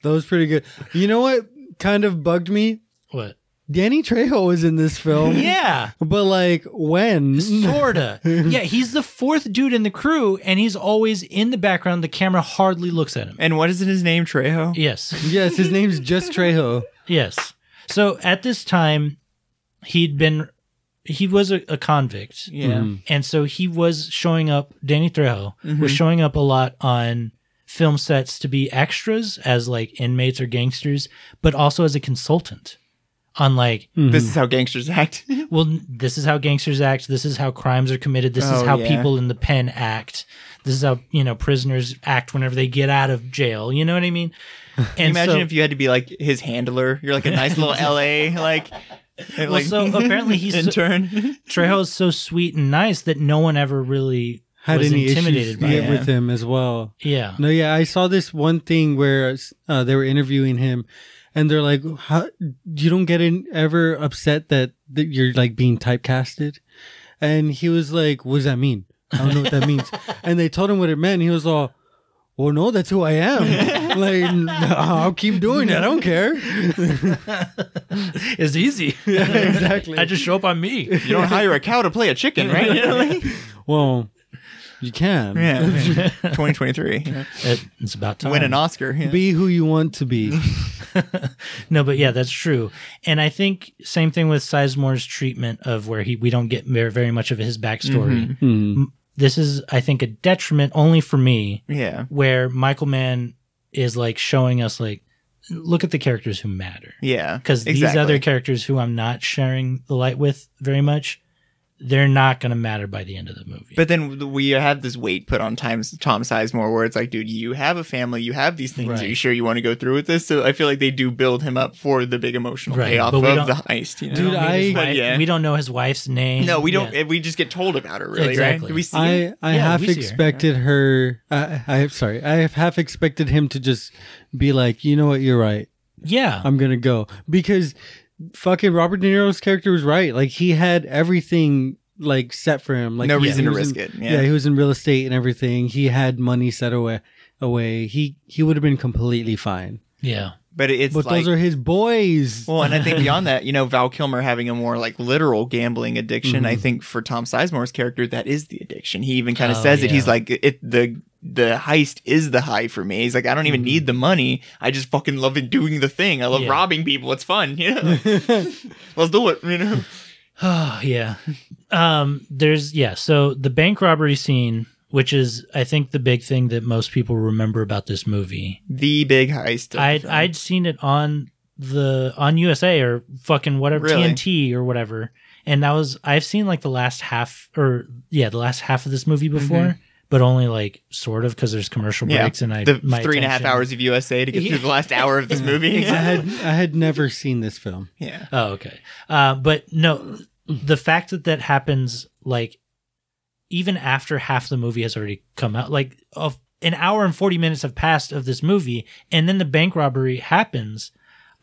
was pretty good. You know what kind of bugged me? What? Danny Trejo was in this film. Yeah. But like when? Sorta. yeah, he's the fourth dude in the crew, and he's always in the background. The camera hardly looks at him. And what is in his name, Trejo? Yes. Yes, his name's just Trejo. Yes. So at this time, he'd been he was a, a convict. Yeah. Mhm. And so he was showing up Danny Trejo was Mhm. showing up a lot on film sets to be extras as like inmates or gangsters, but also as a consultant on like This is how gangsters act. well, n- this is how gangsters act. This is how crimes are committed. This Oh, is how yeah. people in the pen act. This is how you know prisoners act whenever they get out of jail. You know what I mean? Can you imagine so- if you had to be like his handler. You're like a nice little LA, like, and, Well, like so apparently he's intern. Trejo is so sweet and nice that no one ever really Had was any intimidated issues by him. with him as well. Yeah. No, yeah, I saw this one thing where uh, they were interviewing him, and they're like, How, "You don't get in, ever upset that, that you're like being typecasted," and he was like, "What does that mean? I don't know what that means." and they told him what it meant. And he was all, "Well, no, that's who I am. like, n- I'll keep doing it. I don't care." It's easy. exactly. I just show up on me. You don't hire a cow to play a chicken, right? You know, like- Well, you can. yeah. 2023. you know. It- it's about time. Win an Oscar. yeah. Be who you want to be. no, but yeah, that's true. And I think same thing with Sizemore's treatment of where he we don't get very, very much of his backstory. Mm-hmm. M- This is, I think, a detriment only for me. Yeah. Where Michael Mann is like showing us like, look at the characters who matter. Yeah. because these exactly. other characters who I'm not sharing the light with very much, they're not going to matter by the end of the movie. But then we have this weight put on times Tom Sizemore, where it's like, dude, you have a family, you have these things. Are Right. you sure you want to go through with this? So I feel like they do build him up for the big emotional Right, payoff but of we don't- the heist. You know? Dude, Meet his I- But wife- yeah. we don't know his wife's name. no, we don't. Yeah. We just get told about it, really, right? Exactly. Do we see? I it? I Yeah, half we see her. expected her. I, I am sorry. I have half expected him to just be like, you know what, you're right. yeah. I'm gonna go because fucking Robert De Niro's character was right. Like he had everything like set for him. Like No he- reason he to was risk in- it, yeah. he was in real estate and everything. He had money set away. Away. He he would have been completely fine. yeah. But it's But like, those are his boys. Well, and I think beyond that, you know, Val Kilmer having a more like literal gambling addiction. I think for Tom Sizemore's character, that is the addiction. He even kind of Mm-hmm. Oh, says it. He's yeah. like, it the the heist is the high for me. He's like, I don't even need the money. I just fucking love it doing the thing. I love Mm-hmm. Yeah. robbing people. It's fun. You know, let's do it. You know, Oh, yeah. Um, there's, yeah. So the bank robbery scene, which is, I think, the big thing that most people remember about this movie. the big heist. of uh, I'd, the I'd seen it on the, on USA or fucking whatever, Really? TNT or whatever. And that was, I've seen like the last half or, yeah, the last half of this movie before, but only like sort of because there's commercial film. Mm-hmm. yeah, breaks and I, the my three and a half attention- hours of USA to get through the last hour of this movie. I had I had never seen this film. yeah, Oh, okay. Uh, but no, the fact that that happens, like, even after half the movie has already come out, like, of an hour and 40 minutes have passed of this movie, and then the bank robbery happens.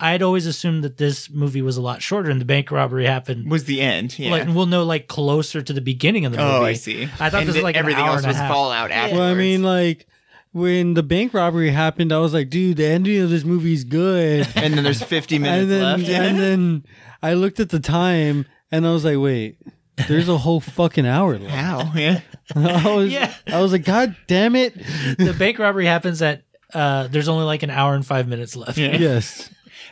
I'd always assumed that this movie was a lot shorter, and the bank robbery happened. was the end. Yeah. Like, we'll know, like, closer to the beginning of the movie. Oh, I see. I And thought this was th- like an everything hour else and a was half. fallout afterwards. Well, I mean, like when the bank robbery happened, I was like, dude, the ending of this movie's good. and then there's 50 minutes and then left. and then I looked at the time and I was like, wait, there's a whole fucking hour left. Wow. Yeah. I was, Yeah. I was like, God damn it. the bank robbery happens at, uh, there's only like an hour and five minutes left. yes.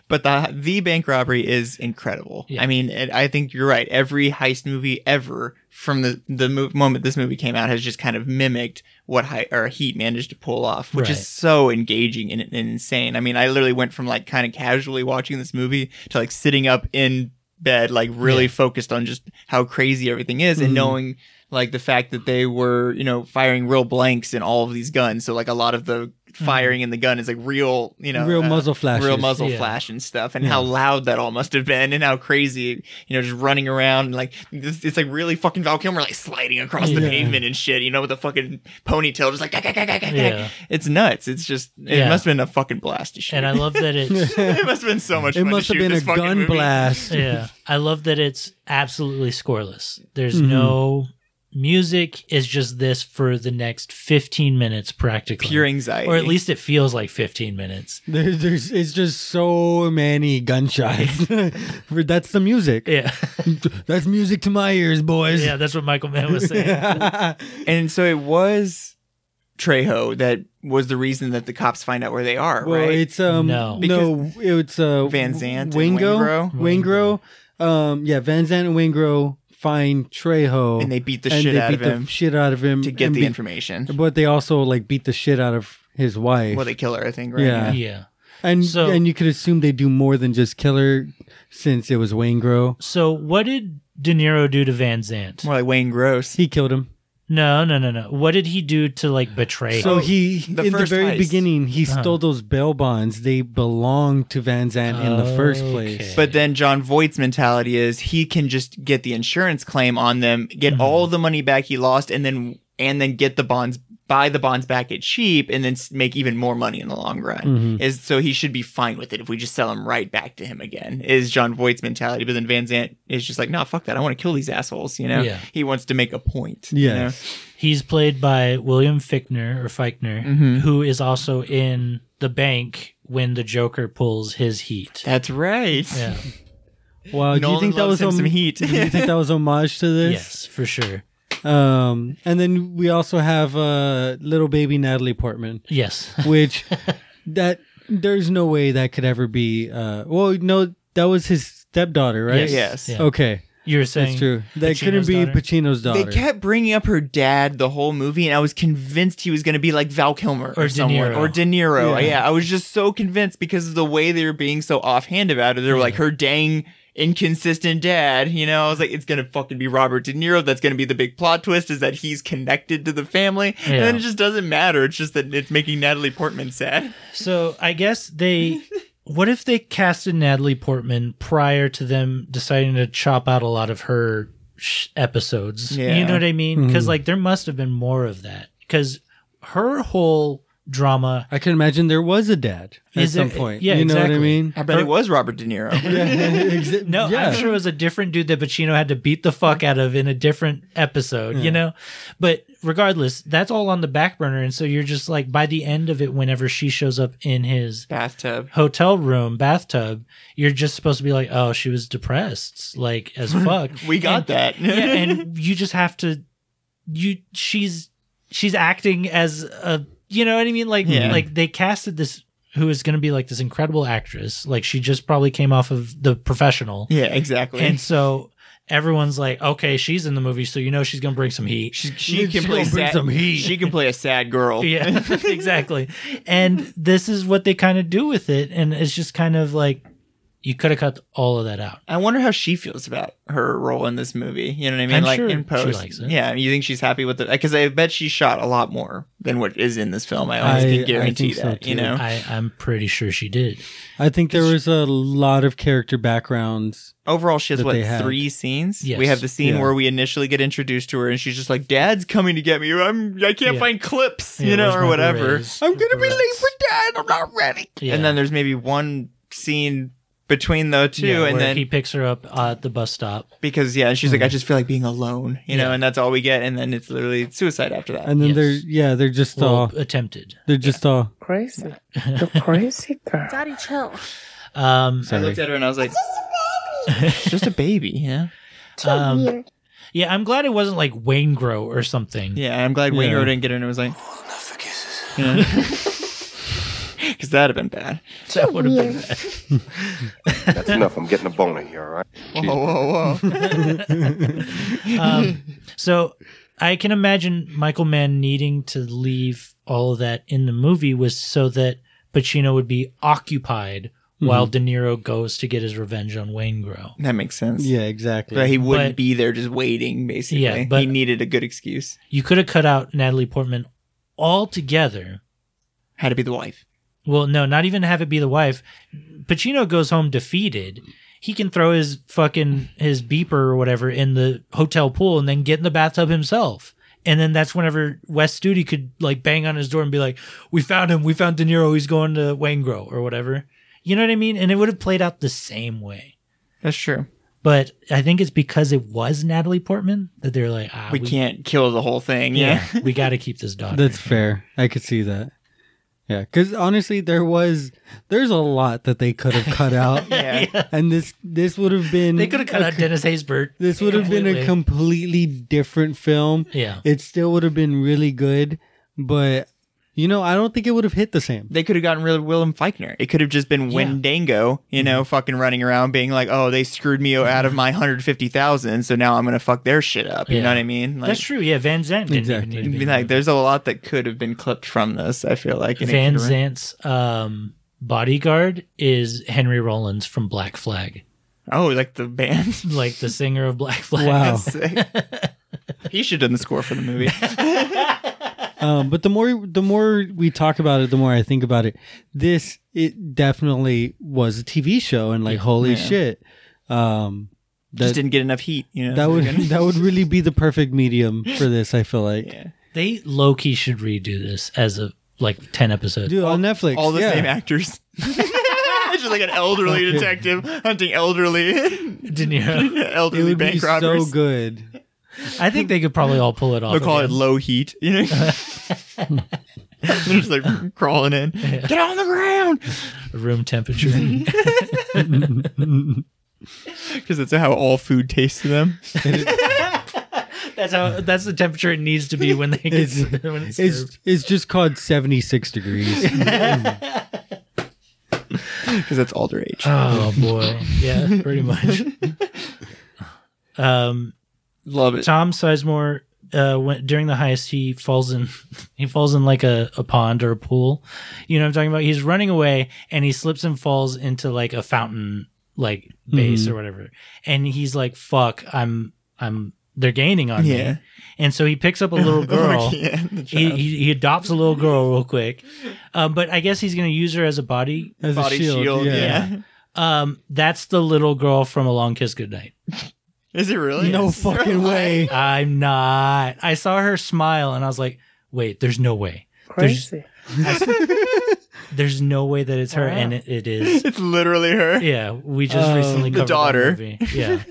But the the bank robbery is incredible. Yeah. I mean, it, I think you're right. Every heist movie ever from the the mo- moment this movie came out has just kind of mimicked what hei- or Heat managed to pull off, which Right. is so engaging and, and insane. I mean, I literally went from like kind of casually watching this movie to like sitting up in bed, like really focused on just how crazy everything is Mm-hmm. and knowing like the fact that they were you know firing real blanks in all of these guns so like a lot of the firing in the gun is like real, you know, Mm-hmm. uh, Real muzzle real flashes. muzzle Yeah. flash and stuff, and Yeah. how loud that all must have been, and how crazy, you know, just running around and like this, it's like really fucking Val Kilmer like sliding across the Yeah. pavement and shit, you know, with a fucking ponytail, just like "Gah, gah, gah, gah, gah, gah." Yeah. it's nuts. It's just it Yeah. must have been a fucking blast to shoot. And I love that it's it must have been so much. It fun must to have shoot been this a fucking gun movie. blast. yeah. I love that it's absolutely scoreless. There's Mhm. no music. It's just this for the next 15 minutes practically. Pure anxiety. Or at least it feels like 15 minutes. There's, there's, it's just so many gunshots. That's the music. Yeah. That's music to my ears, boys. Yeah, that's what Michael Mann was saying. And so it was Trejo that was the reason that the cops find out where they are, Well, right? it's um No. no, it's uh Van Zandt and Wingo, Wingro? Wingro, um yeah, Van Zant and Wingro find Trejo, And they beat the shit they out beat of the him shit out of him to get and the beat- information. But they also like beat the shit out of his wife. Well, they kill her, I think, right? Yeah. yeah. and So- and you could assume they do more than just kill her, since it was Wingro. So what did De Niro do to Van Zant? More like Wayne Gross. He killed him. No, no, no, no. What did he do to like betray So him? he the in the first very heist. beginning he Uh-huh. stole those bail bonds. They belonged to Van Zant in the first place. Okay. But then John Voight's mentality is he can just get the insurance claim on them, get Mm-hmm. all the money back he lost, and then and then get the bonds, buy the bonds back at cheap, and then s- make even more money in the long run. Mm-hmm. Is so he should be fine with it if we just sell them right back to him again. Is John Voight's mentality? But then Van Zant is just like, nah, fuck that. I want to kill these assholes. You know, Yeah. he wants to make a point. you know? Yes. He's played by William Fickner or Fickner, who is also in the bank when the Joker pulls his heat. that's right. Yeah. Wow. do you Nolan think that loves was him hom- some heat. do you think that was homage to this? Yes, for sure. Um, and then we also have uh, little baby Natalie Portman, Yes. which that there's no way that could ever be. Uh, well, no, that was his stepdaughter, right? Yes. Yes. Yeah. Okay, You were saying that's true. That Pacino's couldn't be daughter? Pacino's daughter. They kept bringing up her dad the whole movie, and I was convinced he was going to be like Val Kilmer or, Or De someone Niro. or De Niro. Yeah. Yeah. I was just so convinced because of the way they were being so offhand about it. They were like her dang inconsistent dad. You know, I was like, it's going to fucking be Robert De Niro. That's going to be the big plot twist is that he's connected to the family, and then Yeah. it just doesn't matter. It's just that it's making Natalie Portman sad. So I guess they. What if they casted Natalie Portman prior to them deciding to chop out a lot of her sh- episodes? Yeah. You know what I mean? Mm-hmm. Because like there must have been more of that. Because her whole drama I can imagine there was a dad at Is some there- point. yeah, you know exactly. what I mean. I bet it was Robert De Niro. Exa- No, yeah. I'm sure it was a different dude that Pacino had to beat the fuck out of in a different episode, you know? But regardless, that's all on the back burner. And so you're just like, by the end of it, whenever she shows up in his Bathtub. hotel room bathtub, you're just supposed to be like, oh, she was depressed, like as fuck. We got And- that. yeah, and you just have to, you, she's, she's acting as a, you know what I mean? Like, Yeah. like they casted this. Who is going to be like this incredible actress? Like she just probably came off of The Professional, Yeah, exactly. and so everyone's like, okay, she's in the movie, so you know she's gonna bring some heat. she, she can She play gonna bring sad, some heat. She can play a sad girl. yeah, exactly. And this is what they kind of do with it, and it's just kind of like you could have cut all of that out. I wonder how she feels about her role in this movie. You know what I mean? I'm like sure in she post, likes it. yeah. You think she's happy with it? Because I bet she shot a lot more than what is in this film. I always I- can guarantee I think so, that. you too. know, I, I'm pretty sure she did. I think there was a lot of character backgrounds. overall, she has That what they had. three scenes. Yes. We have the scene Yeah. where we initially get introduced to her, and she's just like, "Dad's coming to get me. I'm. I can't Yeah. find clips. Yeah, you know, where's or my whatever. berets? I'm gonna be Berets. late for dad. I'm not ready. Yeah. And then there's maybe one scene between the two, Yeah, and where then he picks her up at the bus stop. because yeah, and she's like, I just feel like being alone, you know, Yeah. and that's all we get, and then it's literally suicide after that. And then Yes. they're yeah, they're just all Well, attempted. they're just all Crazy. You're crazy, girl. Daddy, chill. Um, I looked at her and I was like, "It's just a baby, yeah, um, Weird. yeah, I'm glad it wasn't like Wayne Grow or something. yeah." and I'm glad Wayne Yeah. didn't get her and it was like, because that'd have been bad. That would have been That's enough. I'm getting a boner here, all right? Whoa, whoa, whoa! um, so I can imagine Michael Mann needing to leave all of that in the movie was so that Pacino would be occupied while De Niro goes to get his revenge on Wayne Grow. that makes sense. yeah, exactly. but he wouldn't But- be there just waiting. Basically, Yeah, but- he needed a good excuse. You could have cut out Natalie Portman altogether had to be the wife. Well, no, not even have it be the wife. Pacino goes home defeated. He can throw his fucking his beeper or whatever in the hotel pool and then get in the bathtub himself. And then that's whenever West Studi could like bang on his door and be like, "We found him. We found De Niro. He's going to Wangro or whatever." You know what I mean? And it would have played out the same way. That's true. But I think it's because it was Natalie Portman that they're like, ah, we, can't kill the whole thing. Yeah. we got to keep this daughter." That's fair. I could see that. Yeah, because honestly, there was there's a lot that they could have cut out, Yeah. and this this would have been They could have cut a out co- Dennis Haysbert. This would have been a completely. completely different film. Yeah. it still would have been really good, but you know, I don't think it would have hit the same. They could have gotten rid of Willem Feichner. It could have just been Wendango, you know, fucking running around being like, "Oh, they screwed me out of my hundred fifty thousand, so now I'm gonna fuck their shit up." You Yeah. know what I mean? Like, That's true. Yeah, Van Zant didn't Exactly. even I need to be mean, like, there's a lot that could have been clipped from this. I feel like and it Van could have- Zant's um, bodyguard is Henry Rollins from Black Flag, Oh, like the band. like the singer of Black Flag. Wow. he should have done the score for the movie. um, but the more the more we talk about it, the more I think about it. This it definitely was a TV show, and like holy Yeah. shit, um, just that didn't get enough heat. You know that so would they're gonna- that would really be the perfect medium for this. I feel like, Yeah. They low key should redo this as a like ten episodes. dude, on Netflix, all the yeah. same actors. it's just like an elderly detective hunting elderly, De Niro. It elderly would be bank so robbers. good. I think they could probably all pull it off. They'll call it again. low heat. You know, they're just like crawling in. Get on the ground room temperature. because that's how all food tastes to them. that's how. That's the temperature it needs to be when they get It's- when it's, served. It's it's just called seventy six degrees. Because that's all their age. Oh boy, yeah, pretty much. um, Love it. Tom Sizemore uh went during the heist he falls in he falls in like a, a pond or a pool. You know what I'm talking about? He's running away and he slips and falls into like a fountain like base or whatever. And he's like, Fuck, I'm I'm they're gaining on Yeah. me. And so he picks up a little girl. Yeah, the he, child. he he adopts a little girl real quick. Um, but I guess he's gonna use her as a body As Body shield. Yeah. um that's the little girl from a long kiss goodnight Is it really? No Is there a fucking line? way. i'm not i saw her smile and i was like wait there's no way there's, there's no way that it's her and it, it is It's literally her. yeah we just Um, recently The covered that daughter. movie. yeah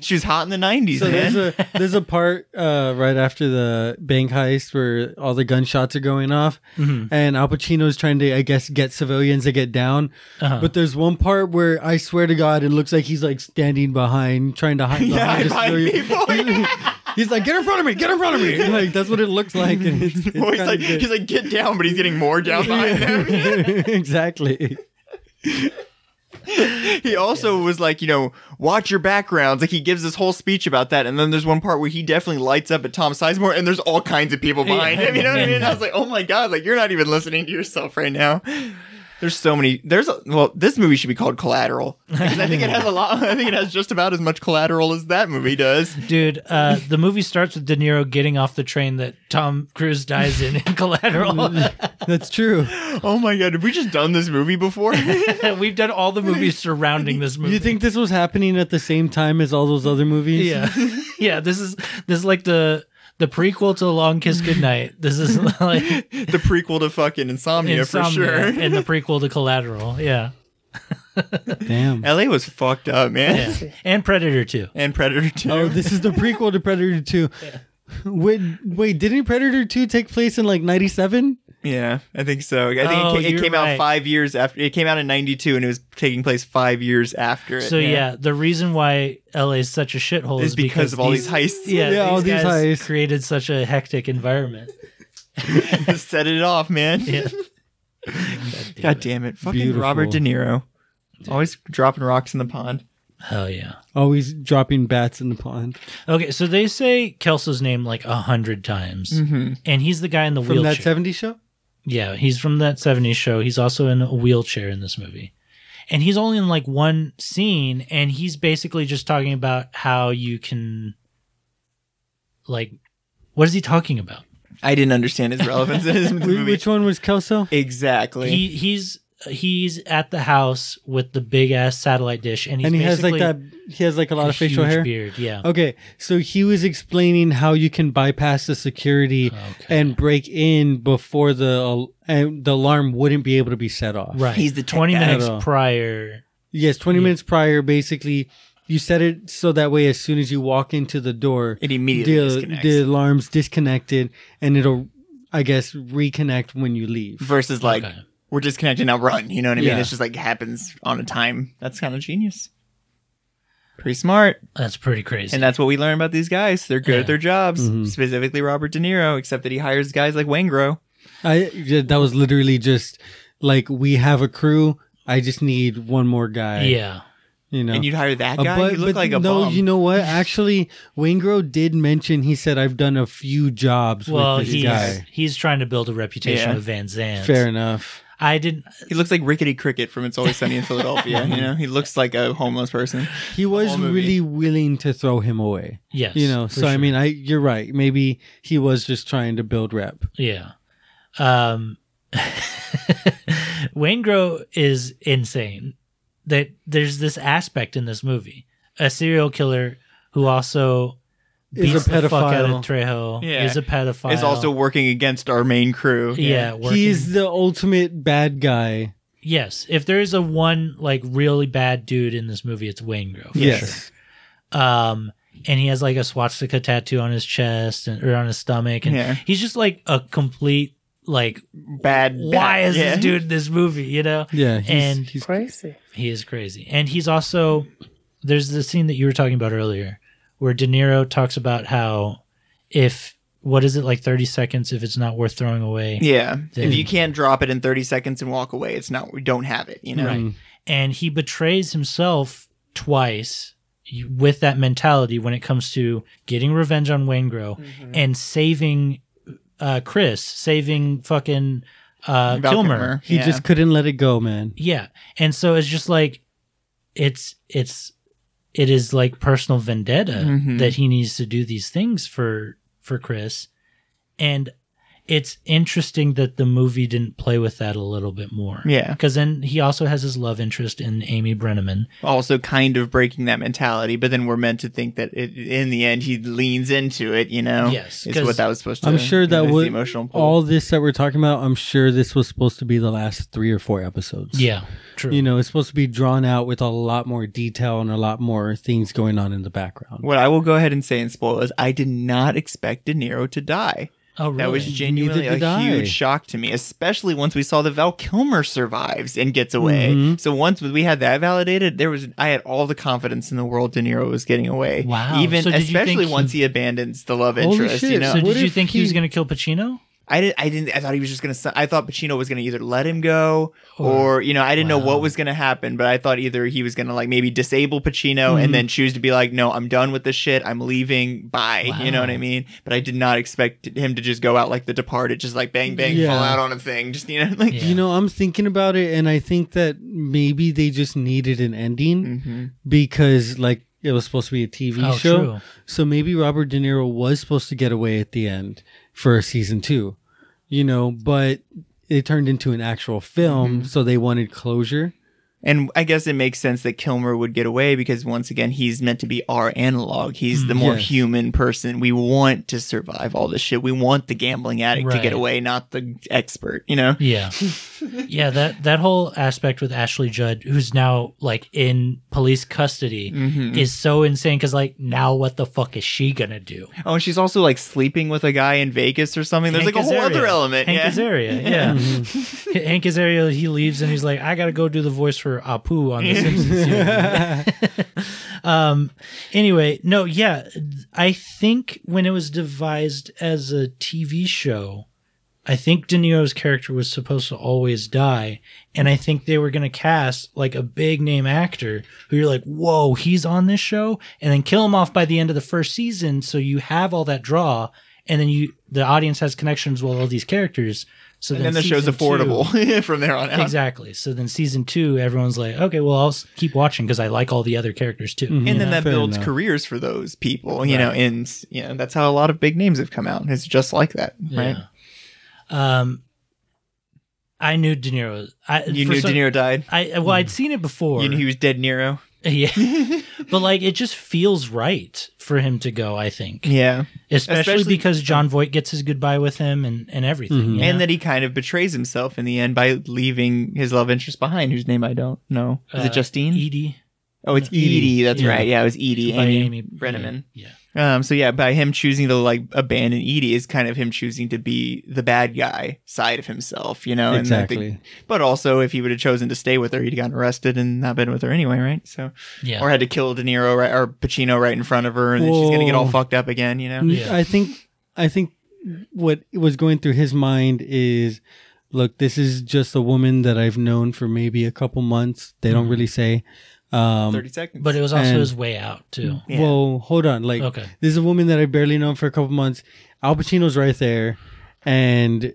She was hot in the nineties, So man. there's a there's a part uh, right after the bank heist where all the gunshots are going off, Mm-hmm. and Al Pacino's trying to I guess get civilians to get down. Uh-huh. But there's one part where I swear to God, it looks like he's like standing behind, trying to hide Yeah, behind a behind civilian. people. He's like, get in front of me, get in front of me. Like that's what it looks like. And it's, it's Well, he's kinda like, good. he's like, get down, but he's getting more down behind them. exactly. He also was like, you know, watch your backgrounds. Like he gives this whole speech about that, and then there's one part where he definitely lights up at Tom Sizemore, and there's all kinds of people behind him. You know what I mean? I was like, oh my god, like you're not even listening to yourself right now. There's so many. There's a, well, this movie should be called Collateral. 'Cause I think it has a lot. I think it has just about as much collateral as that movie does. dude uh the movie starts with de niro getting off the train that tom cruise dies in in collateral That's true. Oh my god, have we just done this movie before? we've done all the movies surrounding this Do movie you think this was happening at the same time as all those other movies? Yeah, yeah. This is this is like the the prequel to Long Kiss Goodnight. This is like the prequel to fucking Insomnia, Insomnia for sure. and the prequel to Collateral. Yeah, Damn. LA was fucked up, man. yeah. and Predator too. And Predator 2. Oh, this is the prequel to Predator 2. Wait, wait, didn't Predator 2 take place in like 97? Yeah, I think so. I think Oh, it, ca- you're it came right. out five years after. It came out in '92, and it was taking place five years after it. So yeah. the reason why LA is such a shithole It's is because, because of all these heists. Yeah, Yeah, all these these guys heists. created such a hectic environment. Just set it off, man. Yeah. God damn it, fucking Beautiful. Robert De Niro, always dropping rocks in the pond. Hell yeah. Always Oh, dropping bats in the pond. Okay, so they say Kelso's name like a hundred times, and he's the guy in the Mm-hmm. From wheelchair. that 70s show? Yeah, he's from that 70s show. He's also in a wheelchair in this movie. And he's only in like one scene and he's basically just talking about how you can like what is he talking about? I didn't understand his relevance in his movie. Which one was Kelso? Exactly. He he's he's at the house with the big ass satellite dish, and he's and he has like basically- that. He has like a lot of a facial huge hair. Oh, beard, yeah. Okay, so he was explaining how you can bypass the security and break in before the al- and the alarm wouldn't be able to be set off. Right. He's the tech 20 guy. minutes At all. prior. Yes, twenty minutes prior. Basically, you set it so that way as soon as you walk into the door, It immediately the, disconnects. the alarm's disconnected, and it'll, I guess, reconnect when you leave. Versus like we're disconnected now, run. You know what I mean? Yeah. It's just like happens on a time. That's kind of genius. Pretty smart. That's pretty crazy. And that's what we learn about these guys. They're good Yeah. at their jobs, Mhm. specifically Robert De Niro, except that he hires guys like Wangro. I yeah, that was literally just like we have a crew. I just need one more guy. Yeah. you know. And you'd hire that Uh, guy? He looked like a no, bum. you know what? Actually, Wingro did mention he said I've done a few jobs well, with this he's guy. he's trying to build a reputation Yeah. with Van Zandt. Fair enough. I didn't. He looks like Rickety Cricket from It's Always Sunny in Philadelphia. You know, he looks like a homeless person. He was really willing to throw him away. Yes, you know. for So I sure. mean, I you're right. Maybe he was just trying to build rep. Yeah. Um Wangro is insane. That there's this aspect in this movie. A serial killer who also Is beats a the fuck out of pedophile. Trejo. Is a pedophile. Is also working against our main crew. yeah, working. He's the ultimate bad guy. Yes, if there is a one like really bad dude in this movie, it's Wayne Grove. For Yes. sure. Um, and he has like a swastika tattoo on his chest and or on his stomach, and Yeah. he's just like a complete like Bad. Why bad- is yeah. this dude in this movie? You know? Yeah, he's- and he's crazy. He is crazy, and he's also there's the scene that you were talking about earlier where De Niro talks about how if what is it like 30 seconds if it's not worth throwing away Yeah. then- if you can't drop it in 30 seconds and walk away, it's not, we don't have it, you know? Right. And he betrays himself twice with that mentality when it comes to getting revenge on Wayne Grow and saving uh, Chris, saving fucking uh, Val Kilmer. Kilmer. He just couldn't let it go, man. yeah. And so it's just like it's it's it is like personal vendetta Mhm. that he needs to do these things for for Chris. And it's interesting that the movie didn't play with that a little bit more. Yeah. Because then he also has his love interest in Amy Brenneman. Also, kind of breaking that mentality, but then we're meant to think that it, in the end he leans into it. You know, Yes, is 'cause- what that was supposed to. I'm sure is that the was emotional pull. all this that we're talking about. I'm sure this was supposed to be the last three or four episodes. Yeah, true. You know, it's supposed to be drawn out with a lot more detail and a lot more things going on in the background. What I will go ahead and say and spoil is I did not expect De Niro to die. Oh, That was really? genuinely Neither a did I. huge shock to me, especially once we saw that Val Kilmer survives and gets away. Mhm. So once we had that validated, there was I had all the confidence in the world De Niro was getting away. Wow. Even So did you especially think he- once he abandons the love Holy interest. You shit. know? So What did you if think he, was he- going to kill Pacino? I didn't. I didn't. I thought he was just gonna. si- I thought Pacino was gonna either let him go, or, you know, I didn't know what was gonna happen. But I thought either he was gonna like maybe disable Pacino Mhm. and then choose to be like, no, I'm done with this shit. I'm leaving. Bye. You know what I mean? But I did not expect him to just go out like The Departed, just like bang bang, Yeah. fall out on a thing. Just you know, like You know, I'm thinking about it, and I think that maybe they just needed an ending Mhm. because, like, it was supposed to be a TV Oh, show. true. So maybe Robert De Niro was supposed to get away at the end for season two, you know, but it turned into an actual film, Mm-hmm. so they wanted closure. And I guess it makes sense that Kilmer would get away because once again, he's meant to be our analog. He's the more Mm, Yes. human person. We want to survive all this shit. We want the gambling addict to Right. get away, not the expert. You know? Yeah. yeah, that that whole aspect with Ashley Judd who's now like in police custody Mhm. is so insane cuz like now what the fuck is she going to do? Oh, and she's also like sleeping with a guy in Vegas or something. There's Hank like a whole Azaria. other element. Hank yeah. Azaria, yeah. H- Hank Azaria, he leaves and he's like, I gotta go do the voice for Apu on The Simpsons. series." um, anyway, no, yeah, I think when it was devised as a TV show, I think De Niro's character was supposed to always die, and I think they were gonna cast like a big name actor who you're like, whoa, he's on this show, and then kill him off by the end of the first season, so you have all that draw, and then you the audience has connections with all these characters. So And then the show's season affordable from there on out. Exactly. So then season two, everyone's like, okay, well, I'll s- keep watching because I like all the other characters too. and then that builds careers for those people, you know, Right. and you know that's how a lot of big names have come out. It's just like that, right? Um, I knew De Niro. I, You for knew some- De Niro died. I well, I'd seen it before. You knew he was dead, Nero. yeah, but like it just feels right for him to go. I think. Yeah, especially, because John Voight gets his goodbye with him and and everything. you know? Mm-hmm. and that he kind of betrays himself in the end by leaving his love interest behind, whose name I don't know. Is Uh, it Justine? Edie. Oh, it's Edie. That's Yeah. right. Yeah, it was Edie. By Amy, Amy- Brenneman. yeah, Um, so yeah, by him choosing to like abandon Edie is kind of him choosing to be the bad guy side of himself, you know. And I think- Exactly. but also, if he would have chosen to stay with her, he'd gotten arrested and not been with her anyway, right? So Yeah. or had to kill De Niro right, or Pacino right in front of her, and then she's gonna get all Whoa. fucked up again, you know. N- I think I think what was going through his mind is look, this is just a woman that I've known for maybe a couple months. They Mm-hmm. don't really say. Um, Thirty seconds. But it was also and- his way out Mm. too. Well, hold on. Like Okay. this is a woman that I barely known for a couple months. Al Pacino's right there and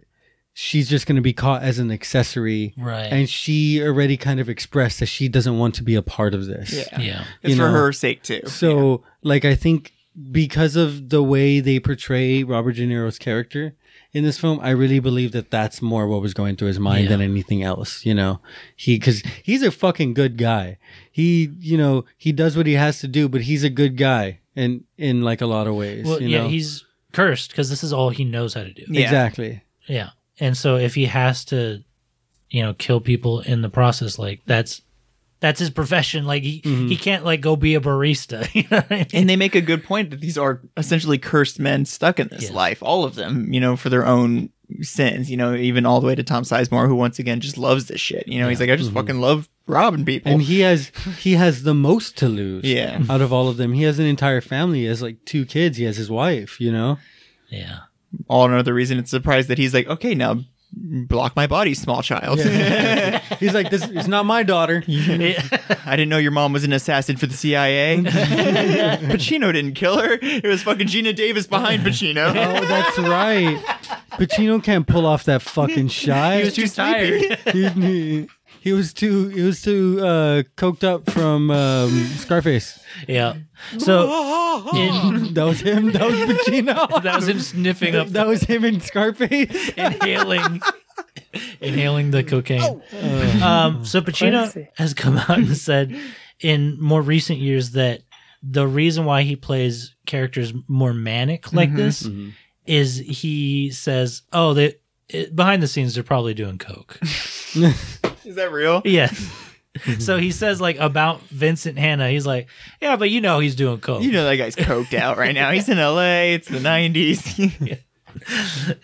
she's just going to be caught as an accessory. Right. And she already kind of expressed that she doesn't want to be a part of this. Yeah. Yeah. It's for her sake, too. So, like, I think because of the way they portray Robert De Niro's character in this film, I really believe that that's more what was going through his mind Yeah. than anything else. You know, he because he's a fucking good guy. He, you know, he does what he has to do, but he's a good guy in in like a lot of ways. Well, you yeah, know? he's cursed because this is all he knows how to do. Yeah. exactly. Yeah. And so if he has to, you know, kill people in the process, like that's that's his profession. Like he, he can't like go be a barista. You know what I mean? and they make a good point that these are essentially cursed men stuck in this life, all of them, you know, for their own sins, you know, even all the way to Tom Sizemore, who once again just loves this shit. You know, he's like, I just fucking love robbing people. Mm-hmm. And he has he has the most to lose. Yeah. Out of all of them. He has an entire family. He has like two kids. He has his wife, you know? Yeah. all another reason it's surprised that he's like, okay, now block my body, small child. He's like, This is not my daughter. I didn't know your mom was an assassin for the CIA. Pacino didn't kill her. It was fucking Gina Davis behind Pacino. Oh, that's right. Pacino can't pull off that fucking shot. He was too tired. He, he was too. He was too uh, coked up from um, Scarface. Yeah. So in, That was him. That was Pacino. that was him sniffing up That was him in Scarface. inhaling inhaling the cocaine. Um, so Pacino has come out and said in more recent years that the reason why he plays characters more manic like this is he says, "Oh, they it, behind the scenes they're probably doing coke." Is that real? yes. so he says like about Vincent Hanna, he's like, "Yeah, but you know he's doing coke." You know that guy's coked out right now. He's in LA. It's the 90s.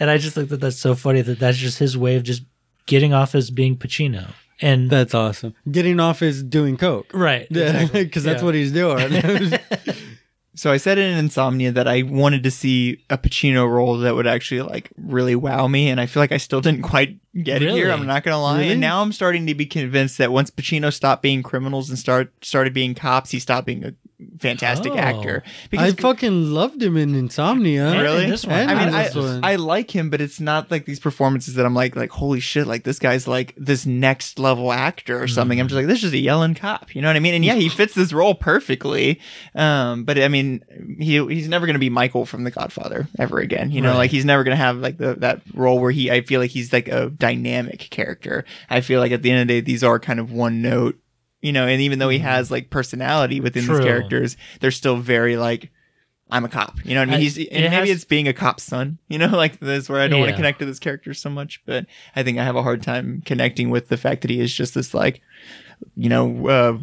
and I just think that that's so funny that that's just his way of just getting off as being Pacino. And That's awesome. Getting off is doing coke. right. Yeah, because that's Yeah. what he's doing. so I said in Insomnia that I wanted to see a Pacino role that would actually like really wow me, and I feel like I still didn't quite get it Really? here. I'm not gonna lie. Really? And now I'm starting to be convinced that once Pacino stopped being criminals and start started being cops, he stopped being a fantastic Oh. actor. I fucking loved him in Insomnia. Really? Really? in this one. And I mean, in I, this one. I like him, but it's not like these performances that I'm like, like holy shit, like this guy's like this next level actor or something. Mm-hmm. I'm just like, this is a yelling cop, you know what I mean? And yeah, he fits this role perfectly. Um, but I mean, he he's never gonna be Michael from The Godfather ever again. You know, Right. like he's never gonna have like the, that role where he. I feel like he's like a dynamic character. I feel like at the end of the day, these are kind of one note. You know, and even though Mm-hmm. he has like personality within True. these characters, they're still very like I'm a cop. You know what I mean? I- He's it and maybe has- it's being a cop's son. You know, like this where I don't want Yeah. to connect to this character so much, but I think I have a hard time connecting with the fact that he is just this like, you know, uh,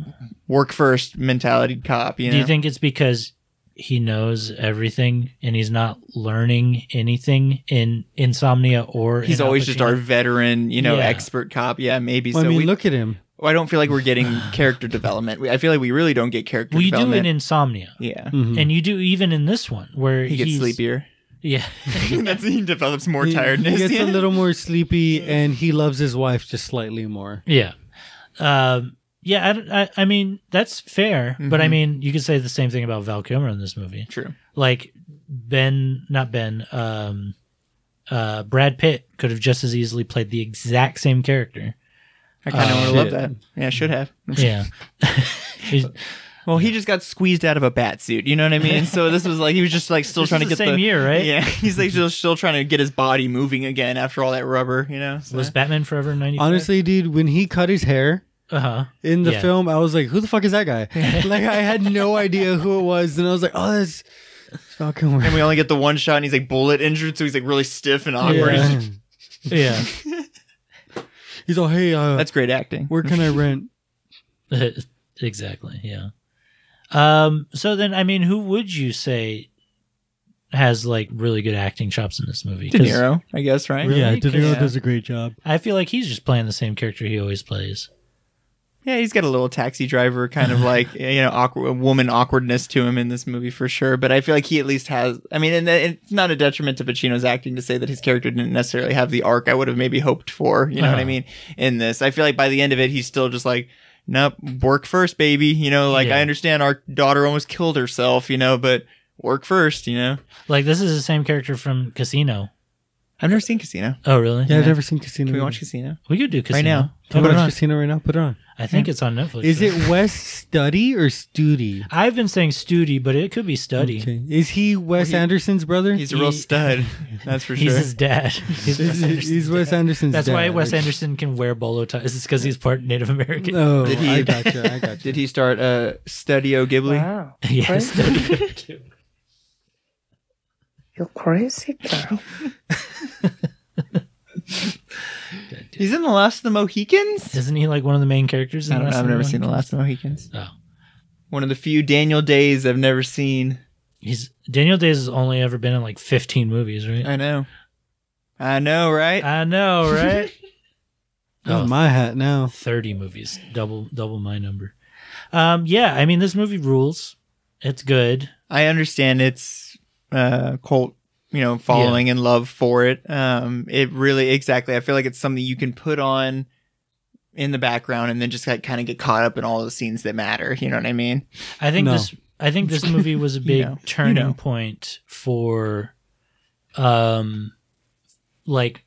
work first mentality cop. You know, Do you think it's because he knows everything and he's not learning anything in Insomnia or he's in Al always just Pacino? our veteran, you know, Yeah. expert cop? Yeah, maybe. Well, I so mean, we, look at him. I don't feel like we're getting character development. We, I feel like we really don't get character. Well, you do in development. Insomnia, Yeah, and you do even in this one where Hmm. he gets he's- sleepier. Yeah, That's he develops more He- tiredness. He gets yeah. a little more sleepy, and he loves his wife just slightly more. yeah, um, yeah. I, don't- I, I mean that's fair, but Mm-hmm. I mean you could say the same thing about Val Kilmer in this movie. True. Like Ben, not Ben. Um, uh, Brad Pitt could have just as easily played the exact same character. I kind of Oh, Uh, would have loved that. Yeah, should have. Yeah. He's- Well, he just got squeezed out of a bat suit. You know what I mean? So this was like he was just like still This trying to is get the same year, right? Yeah, he's like still, still trying to get his body moving again after all that rubber. You know, so. was Batman Forever 95? Honestly, dude, when he cut his hair Uh-huh. in the Yeah. film, I was like, "Who the fuck is that guy?" like, I had no idea who it was, and I was like, "Oh, that's that's fucking and weird." we only get the one shot, and he's like bullet injured, so he's like really stiff and awkward. Yeah. yeah. He's all, "Hey, uh, That's great acting. where can I rent?" exactly. Yeah. Um, so then, I mean, who would you say has like really good acting chops in this movie? De 'Cause Niro, I guess, right? Really? Yeah, De Niro Yeah. does a great job. I feel like he's just playing the same character he always plays. Yeah, he's got a little taxi driver kind of like you know awkward woman awkwardness to him in this movie for sure. But I feel like he at least has. I mean, and it's not a detriment to Pacino's acting to say that his character didn't necessarily have the arc I would have maybe hoped for. You know what I Uh-huh. mean? In this, I feel like by the end of it, he's still just like, nope, work first, baby. You know, like Yeah. I understand our daughter almost killed herself. You know, but work first. You know, Like this is the same character from Casino. I've never seen Casino. Oh, really? Yeah, I've never seen Casino. Can we watch Casino? We could do Casino Right now. Can Put we it watch on. Casino right now? Put it on. I think it's on Netflix. Is it Wes Study or Studi? I've been saying Studi, but it could be Study. Okay. Is he Well, Wes he- Anderson's brother? He's a real He- stud. That's for He's sure. his dad. He's He's- Wes Anderson's he's Wes dad. Anderson's That's why dad, Wes like- Anderson can wear bolo ties. It's because he's part Native American. Oh, Did he- I gotcha. I gotcha. Did he start uh, Studio Ghibli? Wow. yes. You're crazy, girl. He's in the Last of the Mohicans. Isn't he like one of the main characters? In I don't know. Last I've of never Mohicans? seen The Last of the Mohicans. Oh. One of the few Daniel Days I've never seen. He's Daniel Days has only ever been in like 15 movies, right? I know. I know, right? I, know, right? That's Oh, my hat now. 30 movies, double double my number. Um, yeah, I mean this movie rules. It's good. I understand its uh, cult, you know, following and love for it. Um, it really, exactly. I feel like it's something you can put on in the background and then just like kind of get caught up in all the scenes that matter. You know what I mean? I think No. this I think this movie was a big know, you turning know. point for um like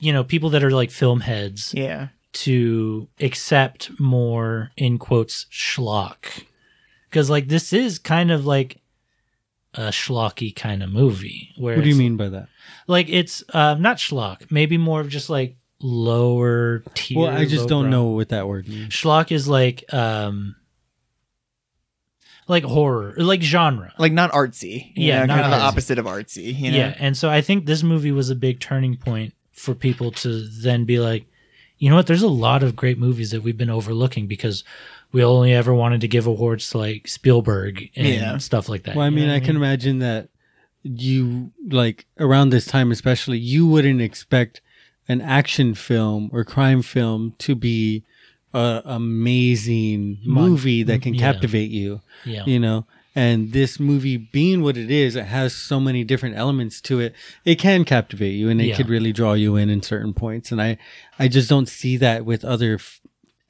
you know, people that are like film heads Yeah. to accept more in quotes schlock because like this is kind of like a schlocky kind of movie where What do you it's- mean by that? like it's uh, not schlock maybe more of just like lower tier Well, I just don't lowbrow. know what that word means. schlock is like um like horror like genre Like not artsy. you Yeah, know, not kind of artsy. the opposite of artsy. You know? yeah and so i think this movie was a big turning point for people to then be like you know what there's a lot of great movies that we've been overlooking because we only ever wanted to give awards to like spielberg and Yeah. stuff like that Well, I you know mean, what I can imagine that you like around this time, especially, you wouldn't expect an action film or crime film to be a amazing Mon- movie that can Mm-hmm. yeah. captivate you. Yeah. you know. And this movie, being what it is, it has so many different elements to it. It can captivate you, and it Yeah. could really draw you in in certain points. And I, I just don't see that with other f-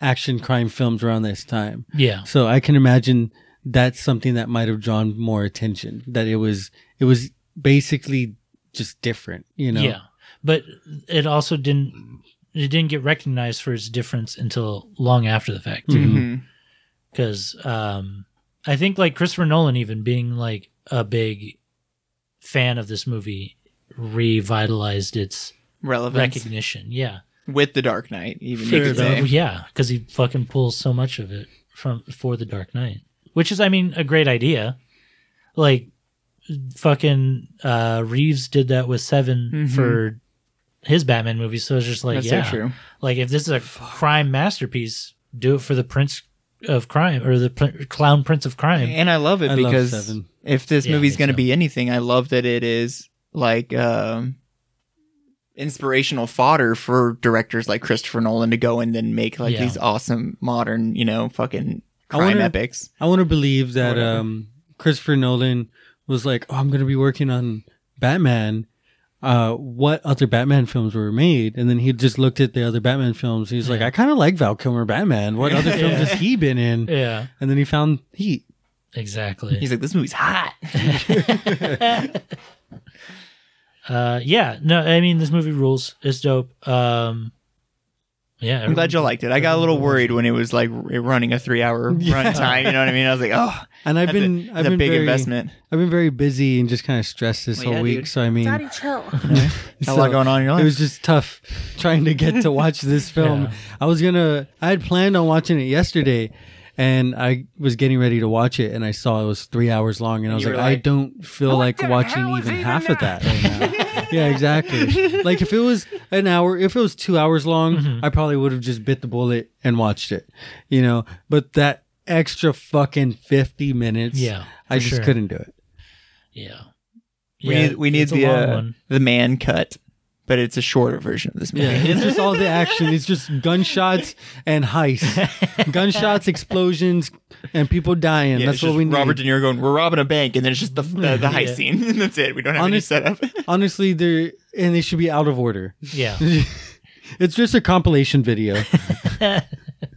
action crime films around this time. yeah So I can imagine that's something that might have drawn more attention. That it was it was basically just different, you know. Yeah, but it also didn't it didn't get recognized for its difference until long after the fact Mm-hmm. Mhm. because um, I think like Christopher Nolan even being like a big fan of this movie revitalized its Relevance recognition. Yeah, with the Dark Knight. Even you Fair could enough. say. yeah, because he fucking pulls so much of it from for the Dark Knight, which is I mean a great idea, like. Fucking uh, Reeves did that with 7 Mhm. for his Batman movie, so it's just like That's yeah, so true. like if this is a crime masterpiece, do it for the Prince of Crime or the pr- Clown Prince of Crime. and I love it I love because Seven. if this Yeah, movie's me going to too. be anything, I love that it is like um, inspirational fodder for directors like Christopher Nolan to go and then make like Yeah. these awesome modern, you know, fucking I crime wonder- epics. I want to believe that Whatever. um Christopher Nolan was like, "Oh, I'm going to be working on Batman." Uh, what other Batman films were made? And then he just looked at the other Batman films. He's like, I kind of like Val Kilmer Batman. What other films has he been in? yeah, And then he found Heat. exactly. He's like, this movie's hot. Uh, yeah, no, I mean this movie rules. It's dope. Um, yeah, I'm glad you liked it. I got a little worried when it was like r- running a three hour run time. You know what I mean? I was like, oh. and I've that's a- been, that's I've a been big very, investment. I've been very busy and just kind of stressed this Well, whole yeah, week. dude. So I mean, Daddy, chill. Got a lot going on in your life. It was just tough trying to get to watch this film. Yeah. I was gonna, I had planned on watching it yesterday, and I was getting ready to watch it, and I saw it was three hours long, and I was you like, were I like, don't feel like watching even half of that. right now." yeah, exactly. like if it was an hour, if it was two hours long, I probably would have just bit the bullet and watched it, you know. But that extra fucking fifty minutes, Yeah, I for just sure. couldn't do it. yeah. we Yeah, need, we need it's a the long uh, one. the man cut, but it's a shorter version of this movie. Yeah, it's just all the action. It's just gunshots and heists, gunshots, explosions, and people dying. Yeah, That's it's what just we need. Robert De Niro going, we're robbing a bank, and then it's just the the, the high Yeah. scene, and that's it. We don't have Honest- any setup. Honestly, they're and they should be out of order. Yeah. it's just a compilation video.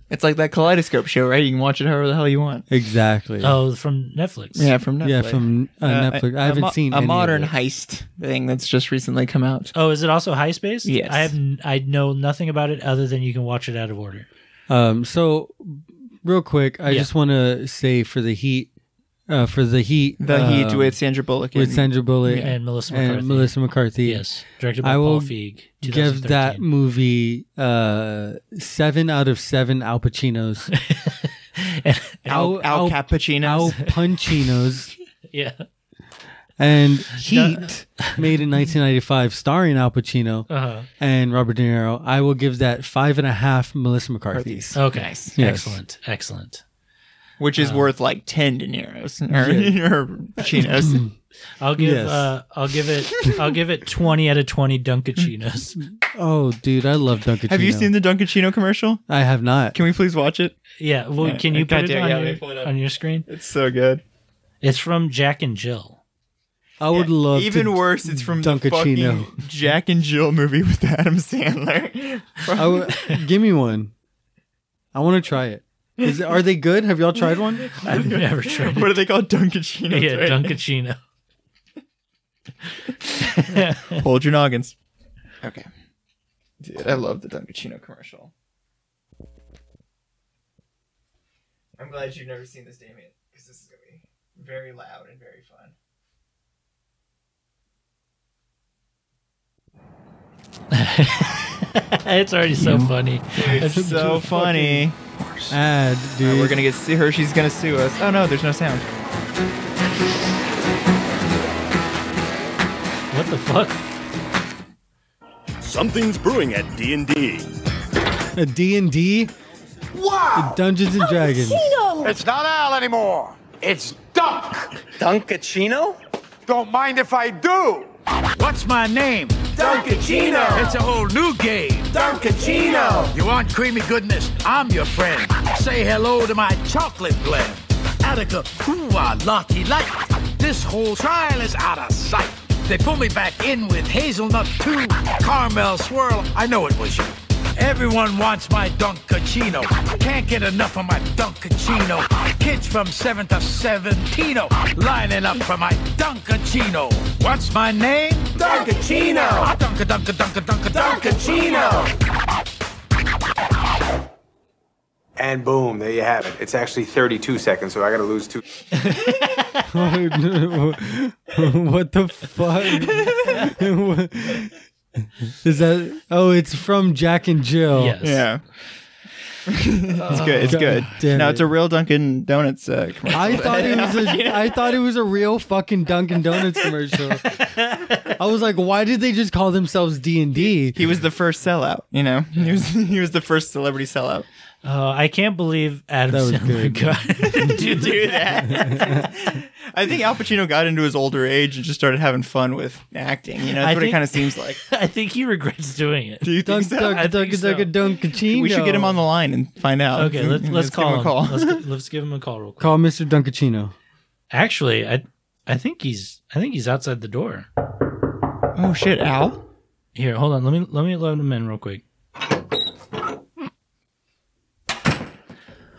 It's like that kaleidoscope show, right? You can watch it however the hell you want. exactly. Oh, from Netflix. Yeah, from Netflix. Yeah, from, uh, Netflix. I a haven't mo- seen a any of modern it. heist thing that's just recently come out. Oh, is it also high space? Yes. I have. n- I know nothing about it other than you can watch it out of order. Um, so, real quick, I Yeah. just want to say for the heat, uh, for the heat, The um, Heat with Sandra Bullock. with and- Sandra Bullock Yeah, and Melissa McCarthy. Melissa McCarthy. Yes, directed by I Paul will Feig, give that 2013. movie uh, seven out of seven Al Pacinos. Al, Al, Cappuccinos. Al Punchinos. Yeah. And Heat, made in 1995, starring Al Pacino Uh-huh. and Robert De Niro. I will give that five and a half Melissa McCarthy's. Okay. Nice. Yes. Excellent. Excellent. which uh, is worth like 10 dineros or, or chinos. I'll give. Yes. Uh, I'll give it. I'll give it twenty out of twenty Dunkachinos. Oh, dude, I love Dunkin'. Have you seen the Dunkachino commercial? I have not. Can we please watch it? Yeah. Well, Yeah, can you put it goddamn- on, yeah, let me pull your, it up. on your screen? It's so good. It's from Jack and Jill. I would love Even to, worse, it's from the Dunkachino. fucking Jack and Jill movie with Adam Sandler. I would, give me one. I want to try it. Is it. Are they good? Have y'all tried one? I've never tried what it. are they called? Dunkachinos. Yeah, right? Dunkachino. Hold your noggins. Okay. Dude, I love the Dunkachino commercial. I'm glad you've never seen this, Damien, because this is going to be very loud and very fun. it's already so funny. It's so funny. Ad, dude. we're going to get sue her. She's going to sue us. Oh, no, there's no sound. What the fuck? Something's brewing at D&D. a D&D? Wow! Dungeons and Dragons. It's not Al anymore. It's Dunk. Dunkachino? Don't mind if I do. What's my name? Dunkachino. It's a whole new game. Dunkachino. You want creamy goodness? I'm your friend. Say hello to my chocolate blend. Attica, hoo-ah, lucky light. This whole trial is out of sight. They pull me back in with hazelnut too. Caramel swirl. I know it was you. Everyone wants my Dunkachino. Can't get enough of my Dunkachino. Kids from 7 to 17 lining up for my Dunkachino. What's my name? Dunkachino. Dunka, dunka, dunka, dunka, Dunkachino. And boom, there you have it. It's actually 32 seconds, so I gotta lose two. what the fuck? Is that? Oh, it's from Jack and Jill. Yes. Yeah. it's good. It's good. Oh, God damn No, it. it's a real Dunkin' Donuts uh, commercial. I thought it was a. I thought it was a real fucking Dunkin' Donuts commercial. I was like, why did they just call themselves D and D? He was the first sellout, you know? He was, he was the first celebrity sellout. Oh, I can't believe Adam That was Sandler good. got to do that. I think Al Pacino got into his older age and just started having fun with acting. You know, that's I what it think- kind of seems like. I think he regrets doing it. Do you think Dunk, so? dunk, I dunk, think so. dunk, dunk, we should get him on the line and find out. Okay, let's let's give him call him. a call. Let's, gi- let's give him a call real quick. Call Mr. Dunkachino. Actually, I I think he's I think he's outside the door. oh shit, Al! Here, hold on. Let me let me load him in real quick.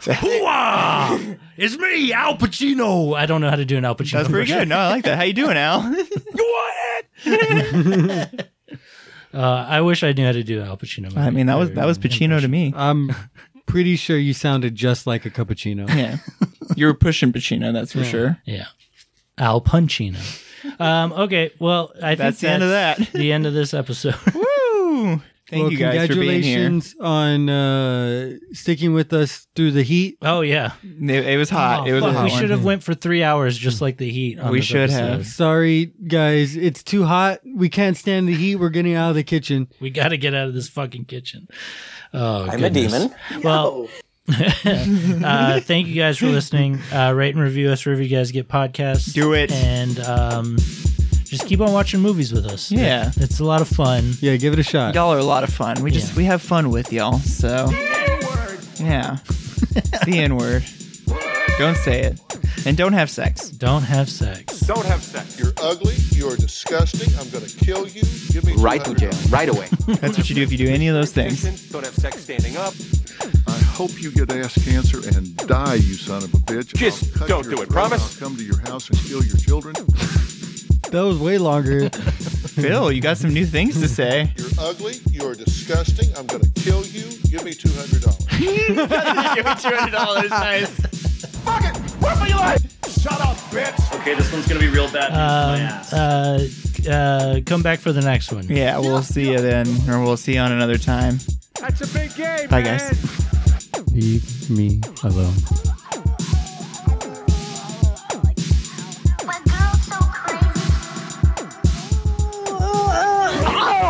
Hooah! It's me, Al Pacino. I don't know how to do an Al Pacino. That's pretty impression. good. No, I like that. How you doing, Al? Uh, I wish I knew how to do Al Pacino. I mean, that was that was Pacino to me. I'm pretty sure you sounded just like a cappuccino. Yeah, you were pushing Pacino, that's for Yeah. sure. Yeah, Al Punchino. Um, okay, well, I think That's the end of that. The end of this episode. Woo! Thank well, you guys for being here. congratulations on uh, sticking with us through the heat. Oh yeah, it, it was hot. Uh, it was a Oh, Fuck, hot we one. should have went for three hours, just like the heat. On We this should episode. have. Sorry, guys, it's too hot. We can't stand the heat. We're getting out of the kitchen. We got to get out of this fucking kitchen. Oh, I'm a goodness. Well, uh, thank you guys for listening. Uh, rate and review us wherever you guys get podcasts. Do it, and um, just keep on watching movies with us. Yeah. It- it's a lot of fun. Yeah, give it a shot. Y'all are a lot of fun. We just we have fun with y'all. So yeah, the N word. Don't say it, and don't have sex. Don't have sex. Don't have sex. You're ugly. You're disgusting. I'm gonna kill you. Give me Right to jail. Right away. That's what you do if you do any of those things. Don't have sex standing up. I hope you get ass cancer and die, you son of a bitch. Just don't do it. Promise. I'll come to your house and kill your children. That was way longer. Phil, you got some new things to say. You're ugly. You're disgusting. I'm gonna kill you. Give me two hundred dollars. Give me $200, nice. Fuck it! Work for your life! Shut up, bitch! Okay, this one's gonna be real bad. uh, uh, come back for the next one. Yeah, we'll see you then, or we'll see you on another time. That's a big game. Bye, guys. Leave me alone. Oh,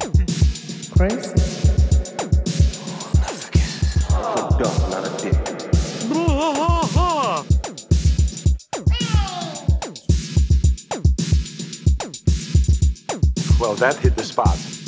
Crazy. Dumb, not a dick. Well, that hit the spot.